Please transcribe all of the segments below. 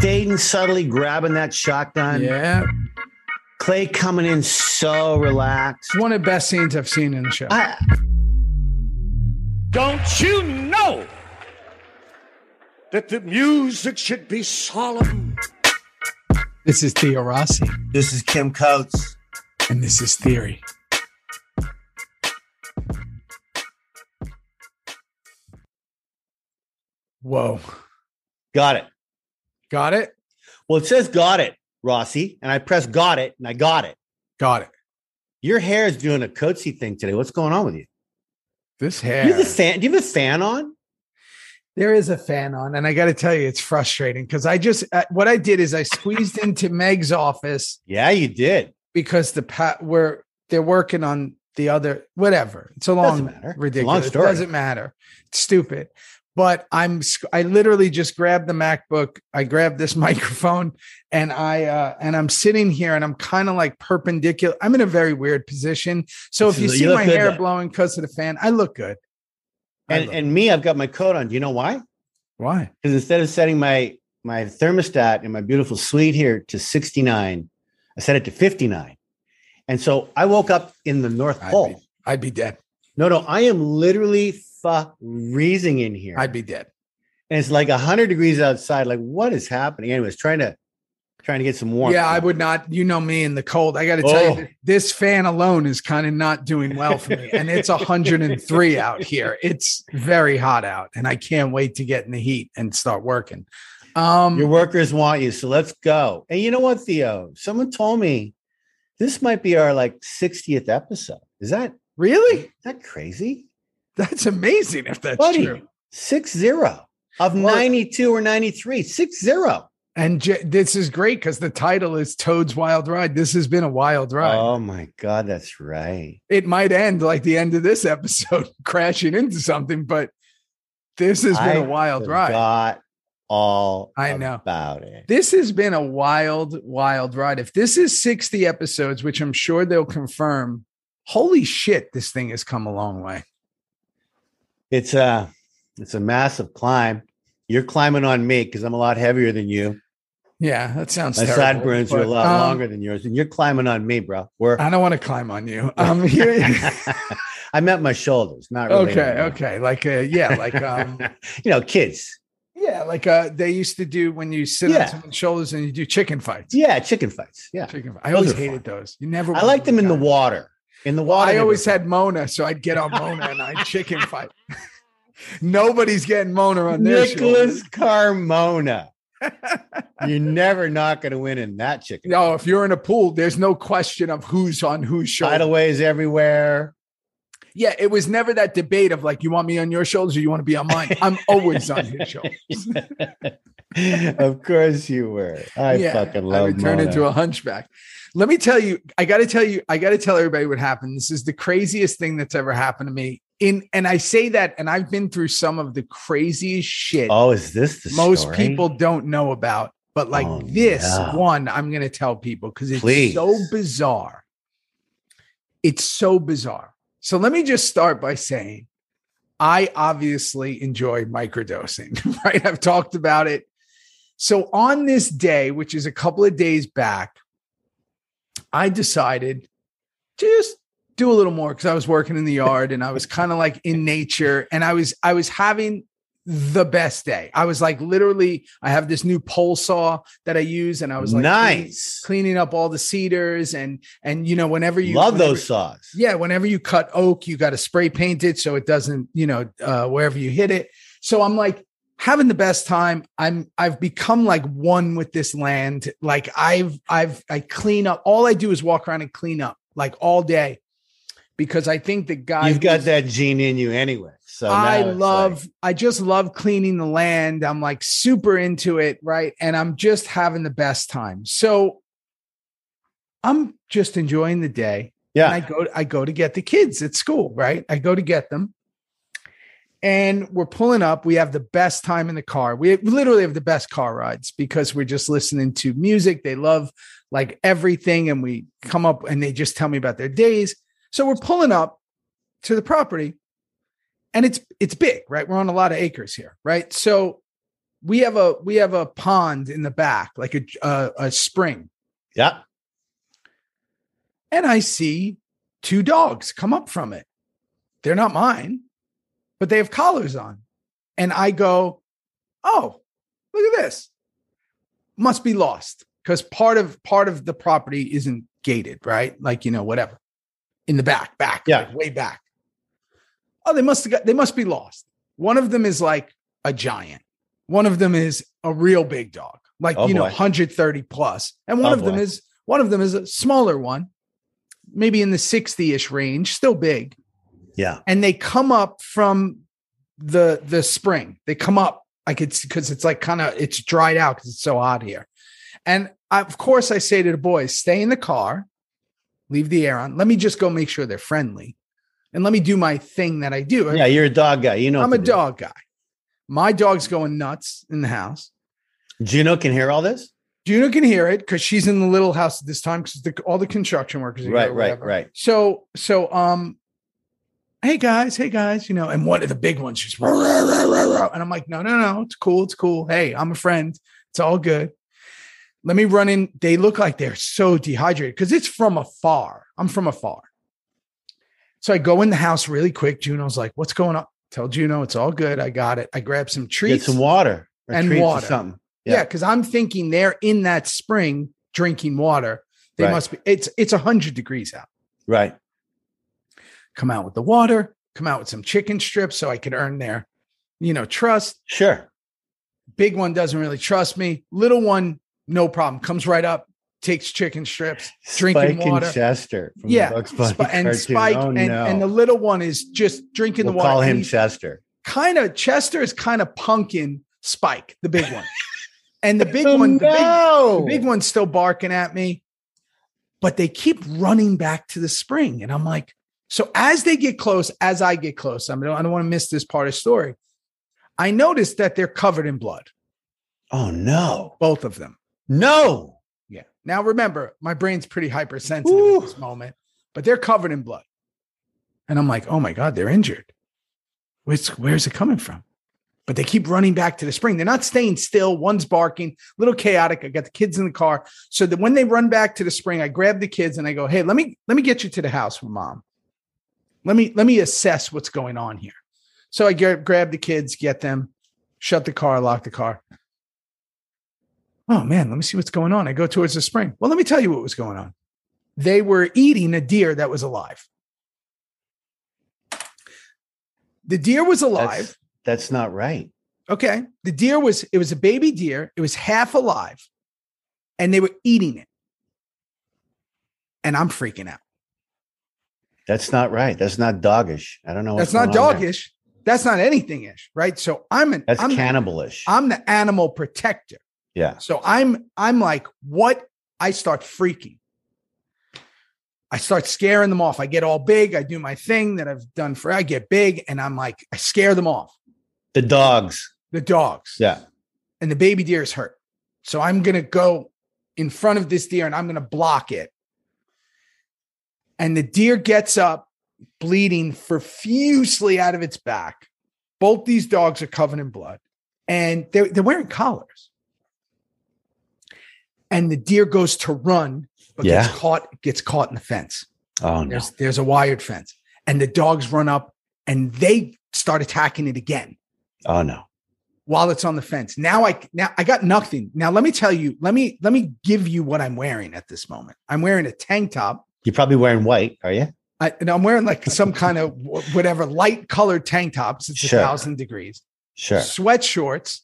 Dayton subtly grabbing that shotgun. Yeah. Clay coming in so relaxed. It's one of the best scenes I've seen in the show. I, Don't you know that the music should be solemn? this is Theo Rossi, This is Kim Coates. and this is Theory. Whoa. got it. Got it? Well, it says got it, Rossi, and I press got it, and I got it. Got it. Your hair is doing a coatsy thing today. What's going on with you? This Do you hair. have a fan? Do you have a fan on? There is a fan on, and I got to tell you, it's frustrating because I just uh, what I did is I squeezed into Meg's office Yeah, you did. because the pat where they're working on the other whatever. It's a long Doesn't matter. ridiculous. Long story. It doesn't matter. It's stupid. But I'm sc- I literally just grabbed the MacBook. I grabbed this microphone, and I uh, and I'm sitting here, and I'm kind of like perpendicular. I'm in a very weird position. So This if you is- see you look my good, hair though. blowing because of the fan, I look good. I And look- and me, I've got my coat on. Do you know why? why? Because instead of setting my my thermostat in my beautiful suite here to 69, I set it to 59. And so I woke up in the North I'd Pole. be, I'd be dead. No, no, I am literally freezing in here. I'd be dead. and it's like 100 degrees outside. Like, what is happening? Anyways, trying to trying to get some warmth. Yeah, I would not. You know me in the cold. I got to tell Oh. you, th- this fan alone is kind of not doing well for me. And it's 103 out here. It's very hot out, and I can't wait to get in the heat and start working. Um, Your workers want you, so let's go. And you know what, Theo? Someone told me this might be our like 60th episode. Is that really? is that crazy? That's amazing. If that's Buddy. true. Six zero of Well- 92 or 93. Six zero. And J- this is great because the title is Toad's Wild Ride. This has been a wild ride. Oh my god, that's right. it might end like the end of this episode, crashing into something, but this has been a I wild ride. Forgot all I know. about it. This has been a wild, wild ride. If this is 60 episodes, which I'm sure they'll confirm, holy shit, this thing has come a long way. It's a it's a massive climb. You're climbing on me because I'm a lot heavier than you. Yeah, that sounds My terrible, sideburns are a but, lot um, longer than yours, and you're climbing on me, bro. We're I don't want to climb on you. Um, here- I meant my shoulders, not really. okay, okay. Like, uh, yeah, like, um, you know, kids. yeah, like uh, they used to do when you sit Yeah. on someone's shoulders and you do chicken fights. Yeah, chicken fights. Yeah, Chicken fight. I Those always are hated those. You never. I like them in the water. In the water, I they always were had Mona, so I'd get on Mona and I'd chicken fight. Nobody's getting Mona on their Nicholas shoulders. Carmona. You're never not going to win in that chicken. No, Oh, if you're in a pool, there's no question of who's on whose shoulder. Tidal waves everywhere. Yeah, it was never that debate of like, you want me on your shoulders or you want to be on mine. I'm always on his shoulders. of course you were. I yeah, fucking I love would turn Mona. into a hunchback. Let me tell you, I got to tell you, I got to tell everybody what happened. This is the craziest thing that's ever happened to me. In and I say that, and I've been through some of the craziest shit Oh, is this the most story? people don't know about, but like Oh, this no. one, I'm going to tell people because it's Please. so bizarre. It's so bizarre. So let me just start by saying I obviously enjoy microdosing, right? I've talked about it. So on this day, which is a couple of days back, I decided to just do a little more because I was working in the yard and I was kind of like in nature and I was I was having the best day. I was like literally I have this new pole saw that I use and I was like cleaning- nice. cleaning up all the cedars and and you know whenever you love whenever- those saws. yeah, whenever you cut oak, you got to spray paint it so it doesn't, you know, uh, wherever you hit it. So I'm like having the best time. I'm I've become like one with this land. Like I've I've I clean up. All I do is walk around and clean up like all day because I think the guy You've got who's- that gene in you anyway. So now I it's like- love, I just love cleaning the land. I'm like super into it, right? And I'm just having the best time. So I'm just enjoying the day. yeah. And I go, I go to get the kids at school, right? I go to get them. And we're pulling up. We have the best time in the car. We literally have the best car rides because we're just listening to music. They love like everything. And we come up and they just tell me about their days. So we're pulling up to the property and it's it's big, right? We're on a lot of acres here, right? So we have a we have a pond in the back, like a a, a spring, Yeah. and I see two dogs come up from it. They're not mine, but they have collars on, and I go, "Oh, look at this! Must be lost because part of part of the property isn't gated, right? Like you know, whatever, in the back, back, Yeah. like, way back. Oh, they must have got they must be lost. One of them is like a giant. One of them is a real big dog, like Oh, you know, boy. 130 plus, and one Oh, of them boy. is one of them is a smaller one, maybe in the 60-ish range, still big. Yeah. And they come up from the the spring. They come up like it's because it's like kind of it's dried out because it's so hot here. And I, of course, I say to the boys, stay in the car, leave the air on. Let me just go make sure they're friendly, and let me do my thing that I do. Yeah. You're a dog guy. You know, I'm what a to do. dog guy. My dog's going nuts in the house. Juno can hear all this. Juno can hear it because she's in the little house at this time because all the construction workers. Are here Right, or right, whatever. right. So, so, um, hey guys, hey guys, you know, and one of the big ones just, "Rah, rah, rah, rah, rah." and I'm like, no, no, no, it's cool, it's cool. Hey, I'm a friend, it's all good. Let me run in. They look like they're so dehydrated because it's from afar. I'm from afar. So I go in the house really quick. Juno's like, what's going on? Tell Juno it's all good. I got it. I grab some Get treats. some water or and treats water. or something. Yeah. Yeah, because I'm thinking they're in that spring drinking water. They Right. must be. It's it's hundred degrees out. Right. Come out with the water. Come out with some chicken strips so I could earn their, you know, trust. Sure. Big one doesn't really trust me. Little one, no problem. Comes right up, takes chicken strips, drinking Spike water. and Chester. From yeah, The Bugs Bunny Sp- and cartoon. Spike Oh, and, no. and the little one is just drinking we'll the water. call and him he's- Chester. kind of Chester is kind of punking Spike, the big one, and the big Oh, one. the big no. The big one's still barking at me, but they keep running back to the spring. And I'm like, so as they get close, as I get close, I, mean, I don't want to miss this part of the story. I noticed that they're covered in blood, Oh no. both of them. No. Yeah. Now remember, my brain's pretty hypersensitive Ooh. at this moment, but they're covered in blood. And I'm like, oh my God, they're injured. Where's, where's it coming from? But they keep running back to the spring. They're not staying still. One's barking, a little chaotic. I got the kids in the car. So that when they run back to the spring, I grab the kids and I go, hey, let me let me get you to the house with mom. Let me let me assess what's going on here. So I gra- grab the kids, get them, shut the car, lock the car oh man, let me see what's going on. I go towards the spring. Well, let me tell you what was going on. They were eating a deer that was alive. The deer was alive. That's, that's not right. okay. The deer was, it was a baby deer. It was half alive and they were eating it. And I'm freaking out. That's not right. That's not doggish. I don't know. what's That's not going on there. dogish. That's not anything ish, right? So I'm an, That's I'm, the, cannibalish. I'm the animal protector. yeah. So I'm I'm like, what? I start freaking. I start scaring them off. I get all big. I do my thing that I've done for. I get big, and I'm like, I scare them off. The dogs. The dogs Yeah. and the baby deer is hurt. So I'm gonna go in front of this deer and I'm gonna block it. And the deer gets up, bleeding profusely out of its back. Both these dogs are covered in blood, and they're, they're wearing collars. And the deer goes to run, but Yeah. gets caught gets caught in the fence. Oh no. There's there's a wired fence, and the dogs run up and they start attacking it again Oh no. while it's on the fence. Now I now I got nothing. Now let me tell you, let me let me give you what I'm wearing at this moment. I'm wearing a tank top. You're probably wearing white, are you? I, and I'm wearing like some kind of wh- whatever light colored tank tops. It's Sure. a thousand degrees. Sure. Sweat shorts.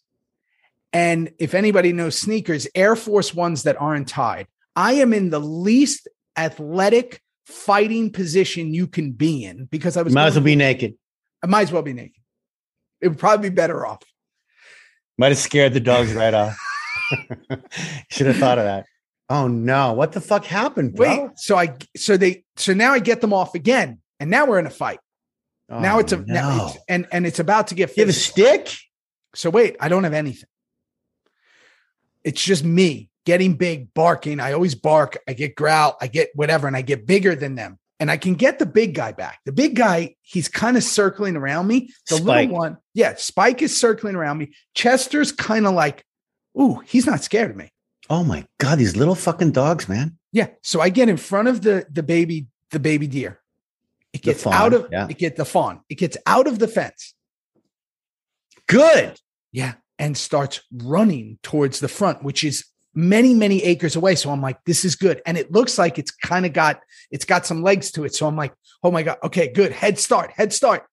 And if anybody knows sneakers, Air Force Ones that aren't tied. I am in the least athletic fighting position you can be in because I was Might as well going- be naked. I might as well be naked. It would probably be better off. Might have scared the dogs right off. Should have thought of that. Oh no. What the fuck happened, bro? Wait, so I so they so now I get them off again, and now we're in a fight. Oh, now it's a no. now it's, and and it's about to get you have a physical. stick? So wait, I don't have anything. It's just me getting big, barking. I always bark. I get growl. I get whatever, and I get bigger than them. and I can get the big guy back. The big guy, he's kind of circling around me. The Spike. little one, yeah, Spike is circling around me. Chester's kind of like, ooh, he's not scared of me. Oh my God, these little fucking dogs, man. Yeah. So I get in front of the the baby the baby deer. It The gets fawn, out of yeah. it get the fawn. It gets out of the fence. Good. Yeah. And starts running towards the front, which is many, many acres away. So I'm like, this is good. And it looks like it's kind of got it's got some legs to it. So I'm like, oh my God, okay, good. Head start, head start.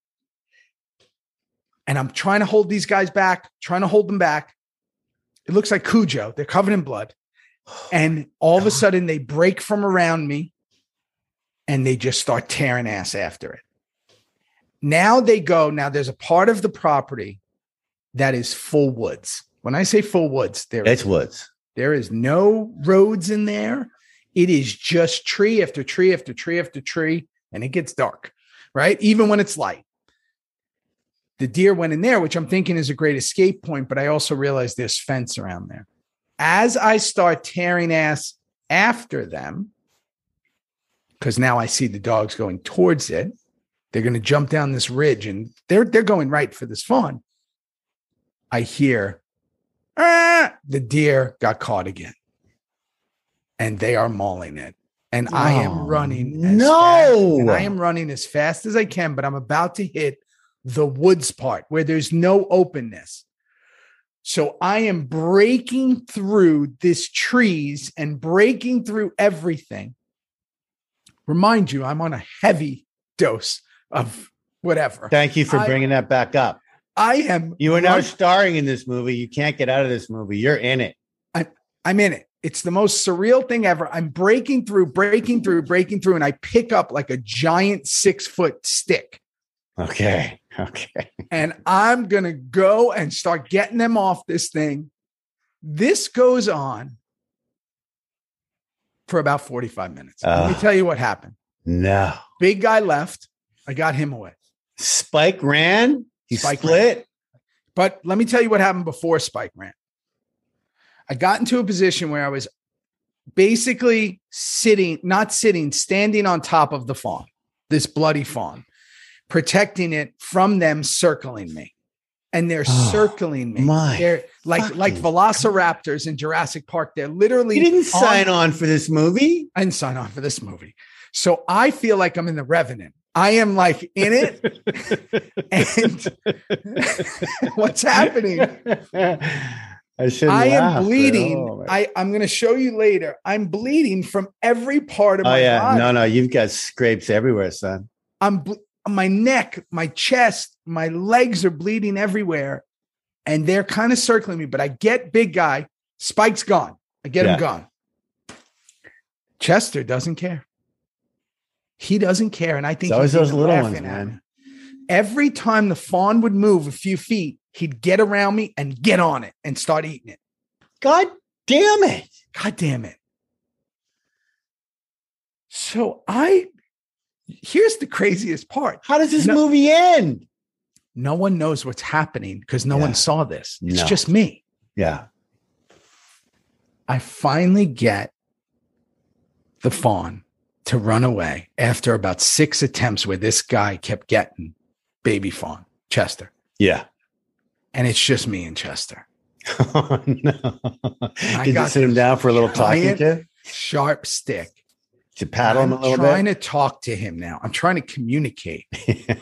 And I'm trying to hold these guys back, trying to hold them back. It looks like Cujo. They're covered in blood. And all of a sudden they break from around me and they just start tearing ass after it. Now they go. Now there's a part of the property that is full woods. When I say full woods, there It's woods. there is no roads in there. It is just tree after tree after tree after tree, and it gets dark, right? Even when it's light. The deer went in there, which I'm thinking is a great escape point, but I also realized there's fence around there. As I start tearing ass after them, because now I see the dogs going towards it, they're going to jump down this ridge and they're they're going right for this fawn. I hear "Ah!" the deer got caught again. And they are mauling it. And I am Oh, running. as no. fast- and I am running as fast as I can, but I'm about to hit the woods part where there's no openness. So I am breaking through this trees and breaking through everything. Remind you, I'm on a heavy dose of whatever. Thank you for I- bringing that back up. I am You are now run- starring in this movie. You can't get out of this movie. You're in it. I'm in it. It's the most surreal thing ever. I'm breaking through, breaking through, breaking through, and I pick up like a giant six foot stick. Okay. Okay. and I'm going to go and start getting them off this thing. This goes on for about 45 minutes. Let me Ugh. tell you what happened. No. Big guy left. I got him away. Spike ran. He Spike split. But let me tell you what happened before Spike ran. I got into a position where I was basically sitting, not sitting, standing on top of the fawn, this bloody fawn, protecting it from them circling me. And they're Oh, circling me. my they're like like fucking velociraptors in Jurassic Park. They're literally He didn't sign on for this movie. I didn't sign on for this movie. So I feel like I'm in the Revenant. I am like in it. and what's happening? I shouldn't. I laugh, am but bleeding. oh my- I, I'm going to show you later. I'm bleeding from every part of oh my yeah, body. no, no, you've got scrapes everywhere, son. I'm ble- my neck, my chest, my legs are bleeding everywhere, and they're kind of circling me. But I get big guy. Spike's gone. I get Yeah. him gone. Chester doesn't care. He doesn't care, and I think It's always he's those even little laughing ones, at man. me. Every time the fawn would move a few feet, he'd get around me and get on it and start eating it. God damn it! God damn it. So I here's the craziest part. How does this No. movie end? No one knows what's happening because no Yeah. one saw this. It's No. just me. Yeah. I finally get the fawn to run away after about six attempts where this guy kept getting baby fawn, Chester. Yeah. And it's just me and Chester. Oh, no. Did you got sit him down for a little talking giant- to? Sharp stick. To paddle him I'm a little trying bit? to talk to him now. I'm trying to communicate.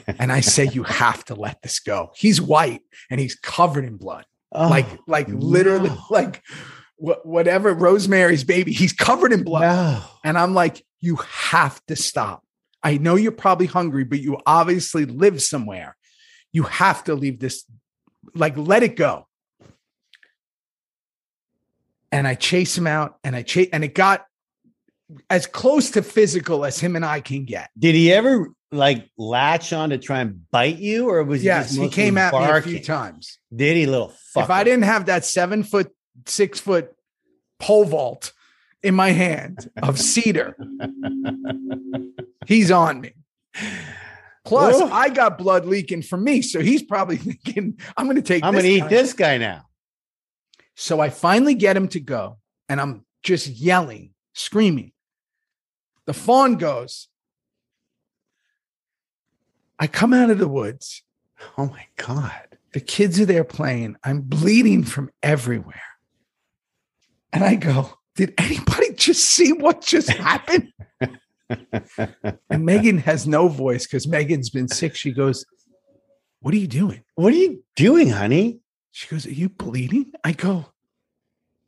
and I say, you have to let this go. He's white and he's covered in blood. Oh, like, like literally, no. like wh- whatever Rosemary's baby, he's covered in blood. no. And I'm like, you have to stop. I know you're probably hungry, but you obviously live somewhere. You have to leave this, like, let it go. And I chase him out and I chase, and it got as close to physical as him and I can get. Did he ever like latch on to try and bite you, or was Yes, he, just he mostly came at me a barking? few times. Did he, little fuck? if I didn't have that seven foot, six foot pole vault in my hand of cedar, he's on me. Plus, Ooh. I got blood leaking from me, so he's probably thinking, "I'm going to take." I'm gonna eat guy." this guy now. So I finally get him to go, and I'm just yelling, screaming. The fawn goes, I come out of the woods. Oh my God. The kids are there playing. I'm bleeding from everywhere. And I go, Did anybody just see what just happened? and Megan has no voice because Megan's been sick. She goes, What are you doing? What are you doing, honey? She goes, Are you bleeding? I go,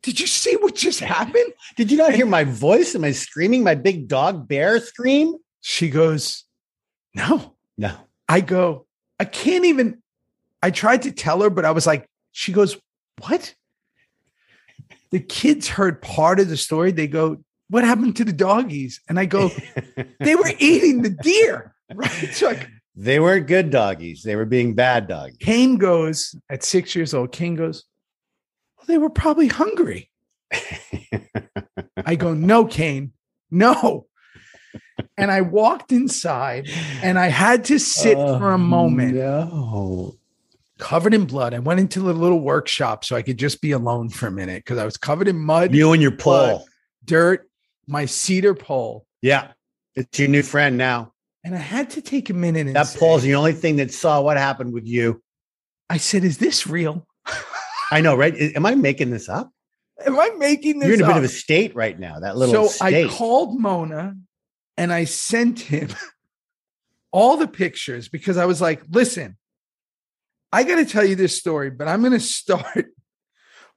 Did you see what just happened? Did you not hear my voice? Am I screaming my big dog bear scream? She goes, No. No. I go, I can't even. I tried to tell her, but I was like, She goes, What? The kids heard part of the story. They go, What happened to the doggies? And I go, They were eating the deer. Right. So I, They weren't good doggies. They were being bad doggies. Kane goes, At six years old, Kane goes, Well, they were probably hungry. I go, no, Kane, no. And I walked inside and I had to sit for Oh, a moment No. covered in blood. I went into the little workshop so I could just be alone for a minute because I was covered in mud, You and your pole. dirt, my cedar pole. Yeah. It's your new friend now. And I had to take a minute and That say- pole's the only thing that saw what happened with you. I said, is this real? I know, right? Am I making this up? Am I making this You're in a up? bit of a state right now. That little so state. I called Mona and I sent him all the pictures because I was like, listen, I got to tell you this story, but I'm going to start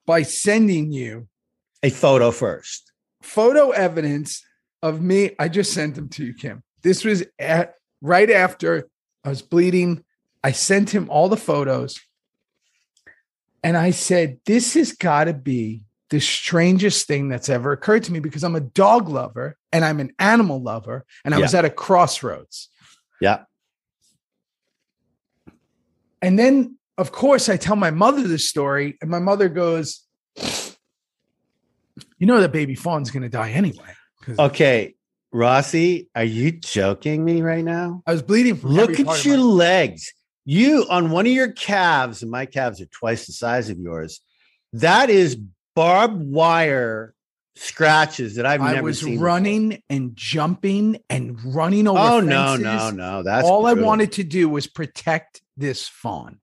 by sending you a photo first. photo evidence of me. I just sent them to you, Kim. This was at, right after I was bleeding. I sent him all the photos and I said, This has got to be the strangest thing that's ever occurred to me because I'm a dog lover and I'm an animal lover. And I was at a crossroads. Yeah. And then, of course, I tell my mother this story, and my mother goes, You know, that baby fawn's going to die anyway. 'Cause Okay. Rossi, are you joking me right now? I was bleeding from every Look part at of your my- legs. You on one of your calves, and my calves are twice the size of yours. That is barbed wire scratches that I've I never was seen. before. running and jumping and running over. Oh no, fences. no, no! That's All I brutal. wanted to do was protect this fawn.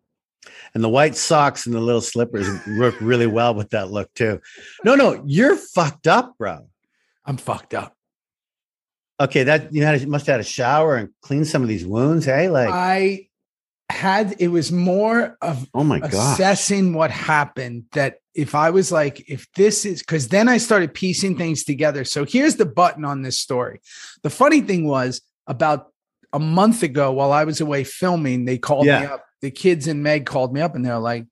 and the white socks and the little slippers work really well with that look too. No, no, you're fucked up, bro. I'm fucked up. Okay, that you had must have had a shower and cleaned some of these wounds. Hey, like, Uh, I had it was more of oh my god, assessing what happened that if I was like, if this is because then I started piecing things together. So here's the button on this story. The funny thing was about a month ago while I was away filming, they called me Yeah. up. The kids and Meg called me up and they're like,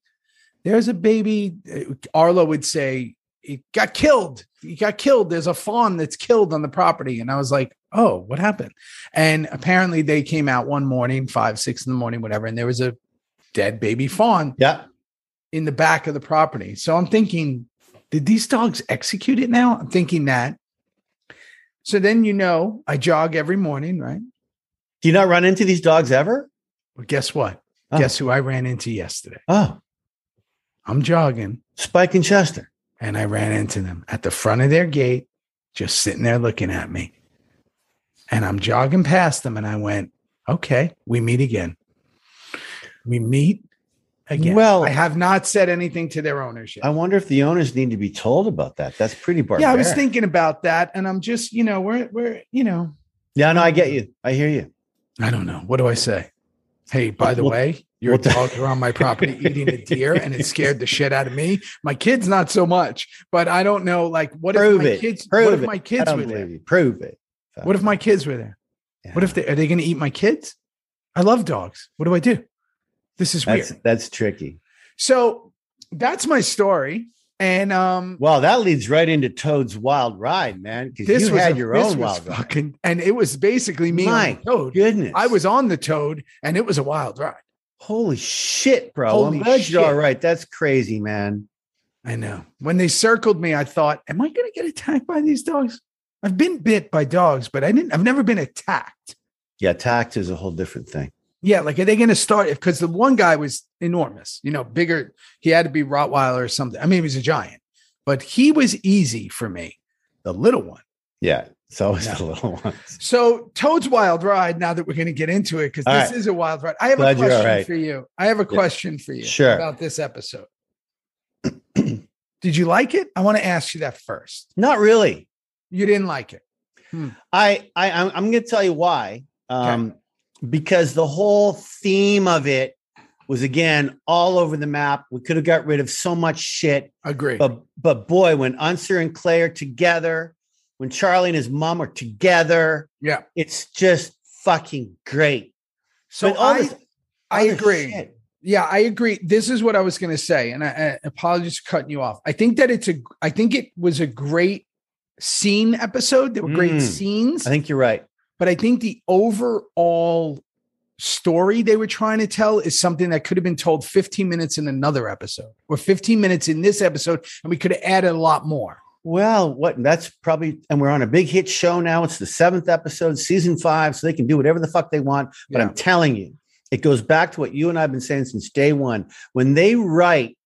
there's a baby. uh, Arlo would say, it got killed. It got killed. There's a fawn that's killed on the property. And I was like, oh, what happened? And apparently they came out one morning, five, six in the morning, whatever. And there was a dead baby fawn yeah, in the back of the property. So I'm thinking, did these dogs execute it now? I'm thinking that. So then you know, I jog every morning, right? do you not run into these dogs ever? Well, guess what? Oh. Guess who I ran into yesterday? Oh, I'm jogging Spike and Chester. and I ran into them at the front of their gate, just sitting there looking at me. And I'm jogging past them and I went, okay, we meet again. We meet again. Well- I have not said anything to their ownership. I wonder if the owners need to be told about that. That's pretty barbaric. Yeah, I was thinking about that, and I'm just, you know, we're we're, you know, Yeah, no, I get you. I hear you. I don't know. What do I say? Hey, by the Well- way, your well, the- dog are on my property eating a deer, and it scared the shit out of me. My kids, not so much, but I don't know. Like, what Prove if my it. kids? Prove what if it. my I kids don't were believe there? you. Prove it. What if my kids were there? What if they are they going to eat my kids? I love dogs. What do I do? This is that's weird. that's tricky? So that's my story, and um, Well, that leads right into Toad's Wild Ride, man. Because this you was had a- your this own was wild ride. fucking, and it was basically me My on the road. Goodness, I was on the toad and it was a wild ride. holy shit, bro. Holy I'm glad you're all shit. right. That's crazy, man. I know. When they circled me, I thought, am I going to get attacked by these dogs? I've been bit by dogs, but I didn't, I've never been attacked. Yeah, tact is a whole different thing. Yeah. Like, are they going to start? Because the one guy was enormous, you know, bigger. He had to be Rottweiler or something. I mean, he was a giant, but he was easy for me, the little one. Yeah, it's always No. the little ones. So Toad's Wild Ride. Now that we're going to get into it, because All this right. is a wild ride. I have Glad a you're all question right. for you. I have a Yeah. question for you Sure. about this episode. Did you like it? I want to ask you that first. Not really. You didn't like it. I, I I'm, I'm going to tell you why. Um, Because the whole theme of it was again all over the map. We could have got rid of so much shit, Agree. but but boy, when Unser and Clay are together, when Charlie and his mom are together, Yeah. it's just fucking great. so But all I, this I other agree. shit- Yeah, I agree. This is what I was going to say, and I, I apologies for cutting you off. I think that it's a. I think it was a great scene episode. There were great Mm. scenes, I think you're right. but I think the overall story they were trying to tell is something that could have been told 15 minutes in another episode or 15 minutes in this episode and we could have added a lot more Well, what that's probably, and we're on a big hit show now. It's the seventh episode, season five, so they can do whatever the fuck they want. But Yeah. I'm telling you, it goes back to what you and I have been saying since day one. When they write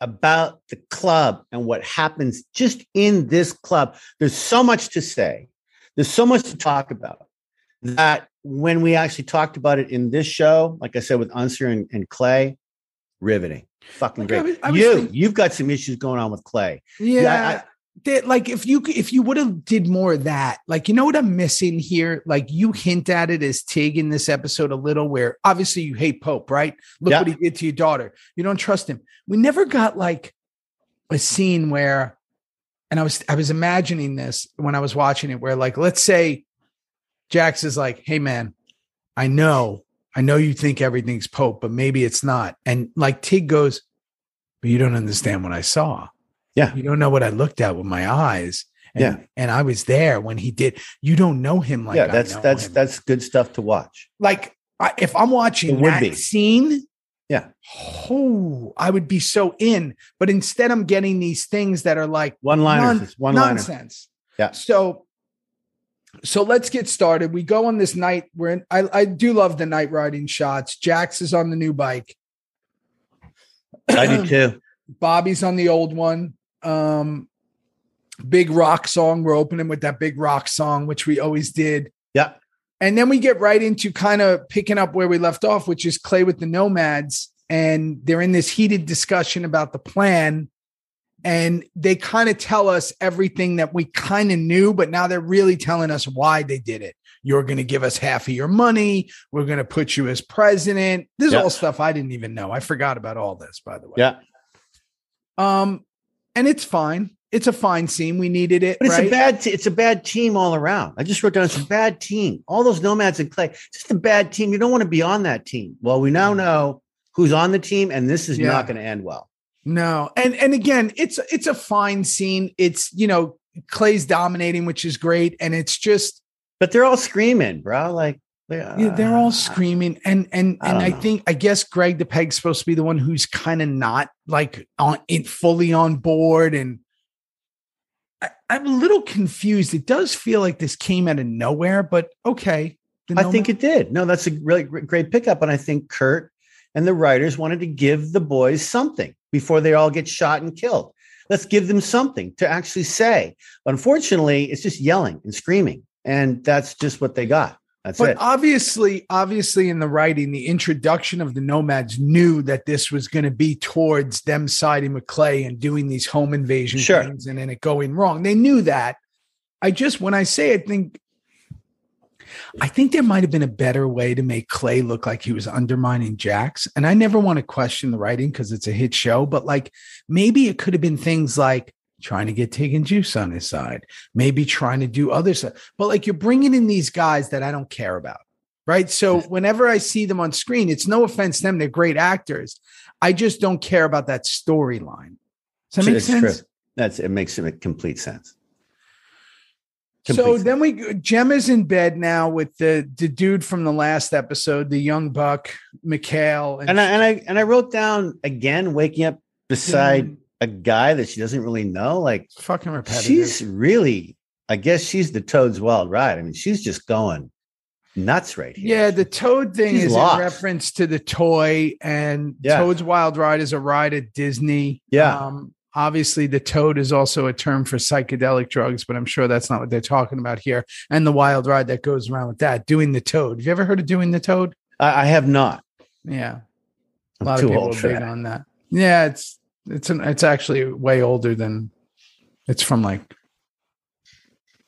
about the club and what happens just in this club, there's so much to say, there's so much to talk about that when we actually talked about it in this show, like I said, with Unser and, and Clay, riveting. Fucking Like, I great. was- I was you, thinking- you've got some issues going on with Clay. yeah, I- that, like if you if you would have did more of that like you know what i'm missing here like you hint at it as tig in this episode a little where obviously you hate pope right look Yeah. what he did to your daughter you don't trust him we never got like a scene where and i was i was imagining this when i was watching it where like let's say jax is like hey man i know i know you think everything's pope but maybe it's not and like tig goes but you don't understand what i saw Yeah. you don't know what i looked at with my eyes and, Yeah. and i was there when he did you don't know him like yeah, I that's know that's him. that's good stuff to watch. like I, if i'm watching It would that be. scene Yeah. oh i would be so in but instead i'm getting these things that are like One non- liners, one liner. nonsense. Yeah. So, so let's get started. We go on this night. We're in. I, I do love the night riding shots. Jax is on the new bike. I do too. Bobby's on the old one. Um, big rock song. We're opening with that big rock song, which we always did. Yeah. And then we get right into kind of picking up where we left off, which is Clay with the Nomads. And they're in this heated discussion about the plan. And they kind of tell us everything that we kind of knew, but now they're really telling us why they did it. You're going to give us half of your money. We're going to put you as president. This is Yeah. all stuff I didn't even know. I forgot about all this, by the way. Yeah. Um, and it's fine. It's a fine scene. We needed it. But it's right? a bad t- it's a bad team all around. I just wrote down it's a bad team. All those nomads and clay, it's just a bad team. You don't want to be on that team. Well, we now know who's on the team, and this is Yeah. not going to end well. No, and and again, it's it's a fine scene. It's you know Clay's dominating, which is great, and it's just But they're all screaming, bro. Like they're, yeah, they're all screaming, and and Uh, I and don't I know. think I guess Greg the Peg's supposed to be the one who's kind of not like on it fully on board, and I, I'm a little confused. It does feel like this came out of nowhere, but okay. The I no- think it did. No, that's a really gr- great pickup, and I think Kurt and the writers wanted to give the boys something before they all get shot and killed. Let's give them something to actually say. Unfortunately, it's just yelling and screaming, and that's just what they got. That's But it. obviously, obviously, in the writing, the introduction of the Nomads knew that this was going to be towards them siding with Clay and doing these home invasion Sure. things, and then it going wrong. They knew that. I just when I say, I think, I think there might have been a better way to make Clay look like he was undermining Jax. And I never want to question the writing because it's a hit show, but like maybe it could have been things like trying to get Tegan Juice on his side, maybe trying to do other stuff but like you're bringing in these guys that I don't care about, right? So whenever I see them on screen, it's no offense to them; they're great actors. I just don't care about that storyline. Does that make It's true. sense? That's it. Makes it make complete sense. So Complete then we Gemma's in bed now with the the dude from the last episode, the young buck, Mikhail, And I and I and I wrote down again, waking up beside a guy that she doesn't really know. Like It's fucking repetitive. she's really, I guess she's the Toad's wild ride. I mean, she's just going nuts right here. Yeah, the Toad thing She's is lost. a reference to the toy, and Yeah. Toad's Wild Ride is a ride at Disney. Yeah. Um, Obviously, the toad is also a term for psychedelic drugs, but I'm sure that's not what they're talking about here. And the wild ride that goes around with that, doing the toad. Have you ever heard of doing the toad? I, I have not. Yeah, a I'm lot of too people old are for big that. on that. Yeah, it's it's an it's actually way older than it's from like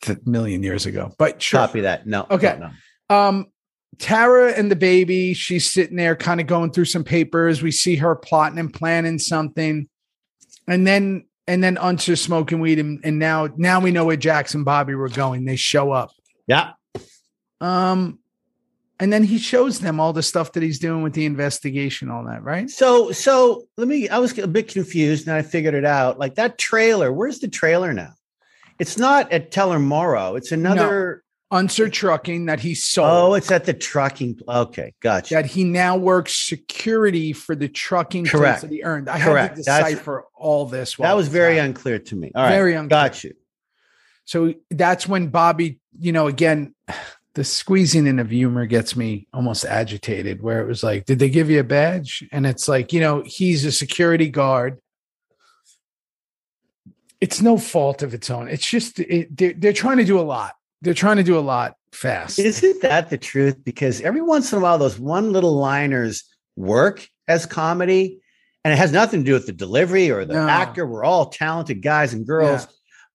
a million years ago. But sure, Copy that. No. Okay. no, no. um Tara and the baby, she's sitting there kind of going through some papers. We see her plotting and planning something. And then and then Unser's smoking weed and, and now now we know where Jackson Bobby were going. They show up. Yeah. Um and then he shows them all the stuff that he's doing with the investigation, all that, right? So so let me. I was a bit confused, and I figured it out. Like that trailer. Where's the trailer now? It's not at Teller Morrow. It's another. Unser trucking that he sold. Oh, it's at the trucking. Okay, gotcha. that he now works security for the trucking place Correct. that he earned. I had Correct. to That's- decipher all this. That while was it very happening. unclear to me. All right, Very unclear. got you. So that's when Bobby, you know, again, the squeezing in of humor gets me almost agitated. Where it was like, did they give you a badge? And it's like, you know, he's a security guard. It's no fault of its own. It's just it, they're, they're trying to do a lot. They're trying to do a lot fast. Isn't that the truth? Because every once in a while, those one little liners work as comedy, and it has nothing to do with the delivery or the No. actor. We're all talented guys and girls,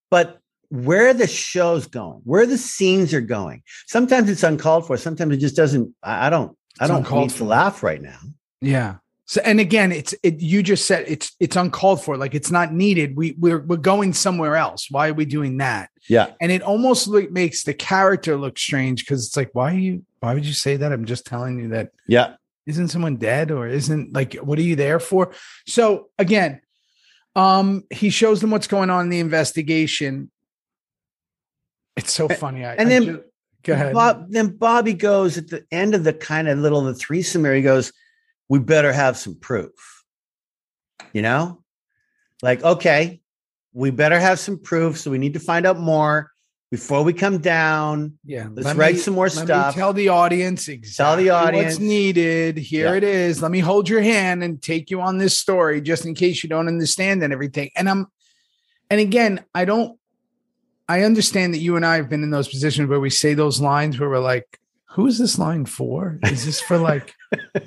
but where the show's going, where the scenes are going, sometimes it's uncalled for. Sometimes it just doesn't. I, I don't. I It's don't uncalled need for. to laugh right now. Yeah. So and again, it's it you just said it's it's uncalled for, like it's not needed. We we're we're going somewhere else. Why are we doing that? Yeah. And it almost look, makes the character look strange because it's like, why are you why would you say that? I'm just telling you that Yeah. isn't someone dead or isn't like what are you there for? So again, um he shows them what's going on in the investigation. It's so funny. I, and I then ju- go ahead. Bob, then Bobby goes at the end of the kind of little the threesome there. He goes, "We better have some proof." You know, like okay, we better have some proof, so we need to find out more before we come down. Yeah, Let's write some more let me stuff. tell the audience exactly audience. what's needed. Here Yeah. it is. Let me hold your hand and take you on this story, just in case you don't understand and everything. And I'm, and again, I don't. I understand that you and I have been in those positions where we say those lines where we're like, "Who is this line for? Is this for like?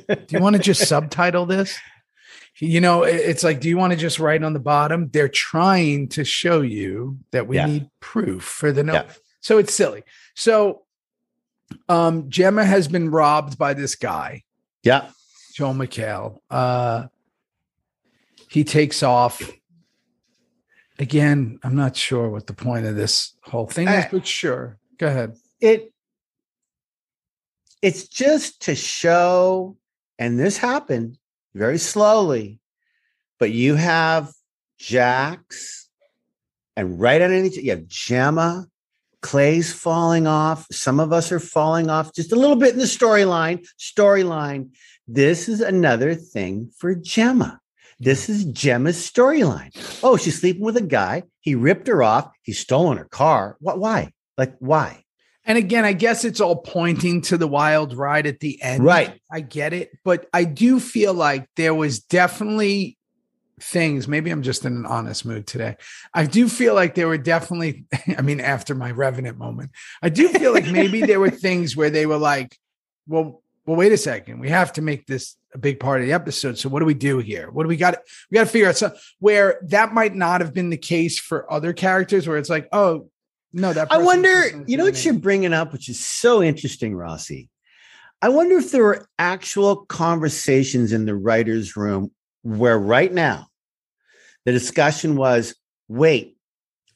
do you want to just subtitle this?" You know, it- it's like, do you want to just write on the bottom? They're trying to show you that we Yeah. need proof for the no. Yeah. So it's silly. So um Gemma has been robbed by this guy, Yeah, Joel McHale. Uh he takes off. Again, I'm not sure what the point of this whole thing is, Eh. but sure. Go ahead. it. It's just to show, and this happened very slowly, but you have Jax, and right underneath you have Gemma. Clay's falling off. Some of us are falling off just a little bit in the storyline. Storyline. This is another thing for Gemma. This is Gemma's storyline. Oh, she's sleeping with a guy. He ripped her off. He's stolen her car. What? Why? Like why? And again, I guess it's all pointing to the wild ride at the end. Right. I get it, but I do feel like there was definitely things. Maybe I'm just in an honest mood today. I do feel like there were definitely, I mean, after my revenant moment, I do feel like maybe there were things where they were like, well, well, wait a second. We have to make this a big part of the episode. So what do we do here? What do we got? We got to figure out some where that might not have been the case for other characters where it's like, oh, no, that I person's just wonder. not You know doing what you're bringing up, which is so interesting, Rossi. I wonder if there were actual conversations in the writers' room where right now the discussion was, "Wait,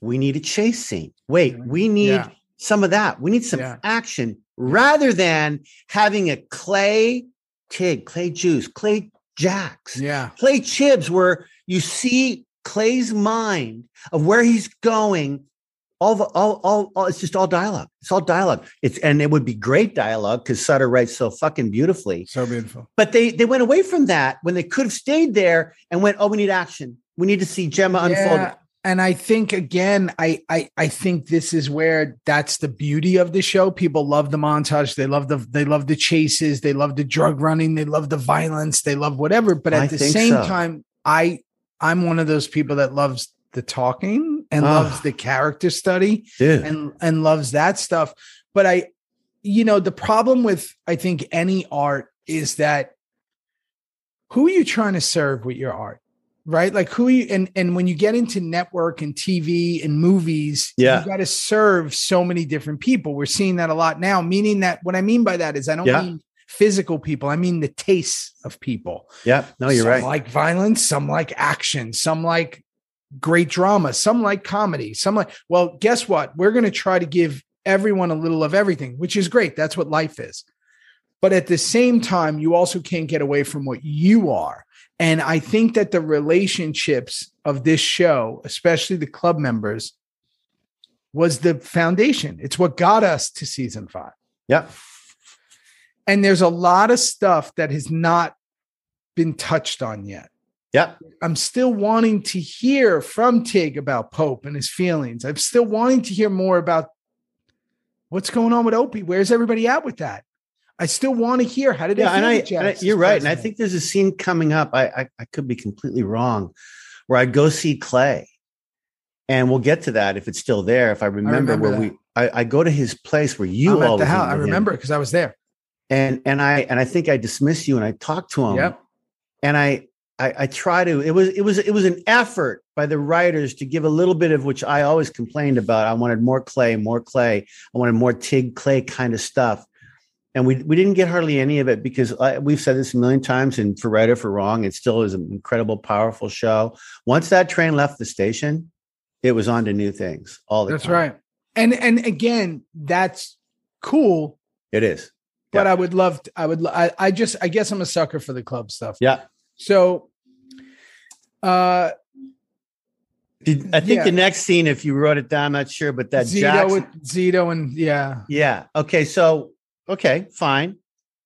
we need a chase scene. Wait, we need Yeah. some of that. We need some Yeah. action rather than having a Clay Tig, Clay Juice, Clay Jacks, Yeah. Clay Chibs, where you see Clay's mind of where he's going. All, the, all, all, all, it's just all dialogue. It's all dialogue. It's and it would be great dialogue because Sutter writes so fucking beautifully. So beautiful. But they they went away from that when they could have stayed there and went, oh, we need action. We need to see Gemma Yeah, unfold. And I think again, I, I I think this is where that's the beauty of the show. People love the montage, they love the they love the chases, they love the drug running, they love the violence, they love whatever. But at I the think same so. time, I I'm one of those people that loves the talking and Ah. loves the character study Dude. and and loves that stuff but i you know the problem with i think any art is that who are you trying to serve with your art right like who you and and when you get into network and tv and movies Yeah. you got to serve so many different people we're seeing that a lot now meaning that what i mean by that is i don't Yeah. mean physical people i mean the tastes of people yeah. No, you're some right. Like violence, some like action, some like great drama, some like comedy, some like. Well, guess what? We're going to try to give everyone a little of everything, which is great. That's what life is. But at the same time, you also can't get away from what you are. And I think that the relationships of this show, especially the club members, was the foundation. It's what got us to season five. Yep. And there's a lot of stuff that has not been touched on yet. Yep. I'm still wanting to hear from Tig about Pope and his feelings. I'm still wanting to hear more about what's going on with Opie. Where's everybody at with that? I still want to hear how did Yeah, it and feel I, with and I- Jax you're as right. And I president? think there's a scene coming up. I, I I could be completely wrong, where I go see Clay, and we'll get to that if it's still there. If I remember, remember where that. we, I, I go to his place where you I'm at always the house. were with I him. remember because I was there. and and I and I think I dismiss you and I talk to him. yep. and I, I I try to it was it was it was an effort by the writers to give a little bit of which I always complained about. I wanted more clay, more clay. I wanted more Tig Clay kind of stuff, and we we didn't get hardly any of it because I, we've said this a million times, and for right or for wrong, it still is an incredible, powerful show. Once that train left the station, it was on to new things all the That's time. right. And and again, that's cool. It is. But Yeah. I would love. To, I would. lo- I, I just. I guess I'm a sucker for the club stuff. Yeah. So, uh, Did, I think Yeah. the next scene, if you wrote it down, I'm not sure, but that Zito Jackson, with Zito and yeah, Yeah. Okay. So, okay, fine.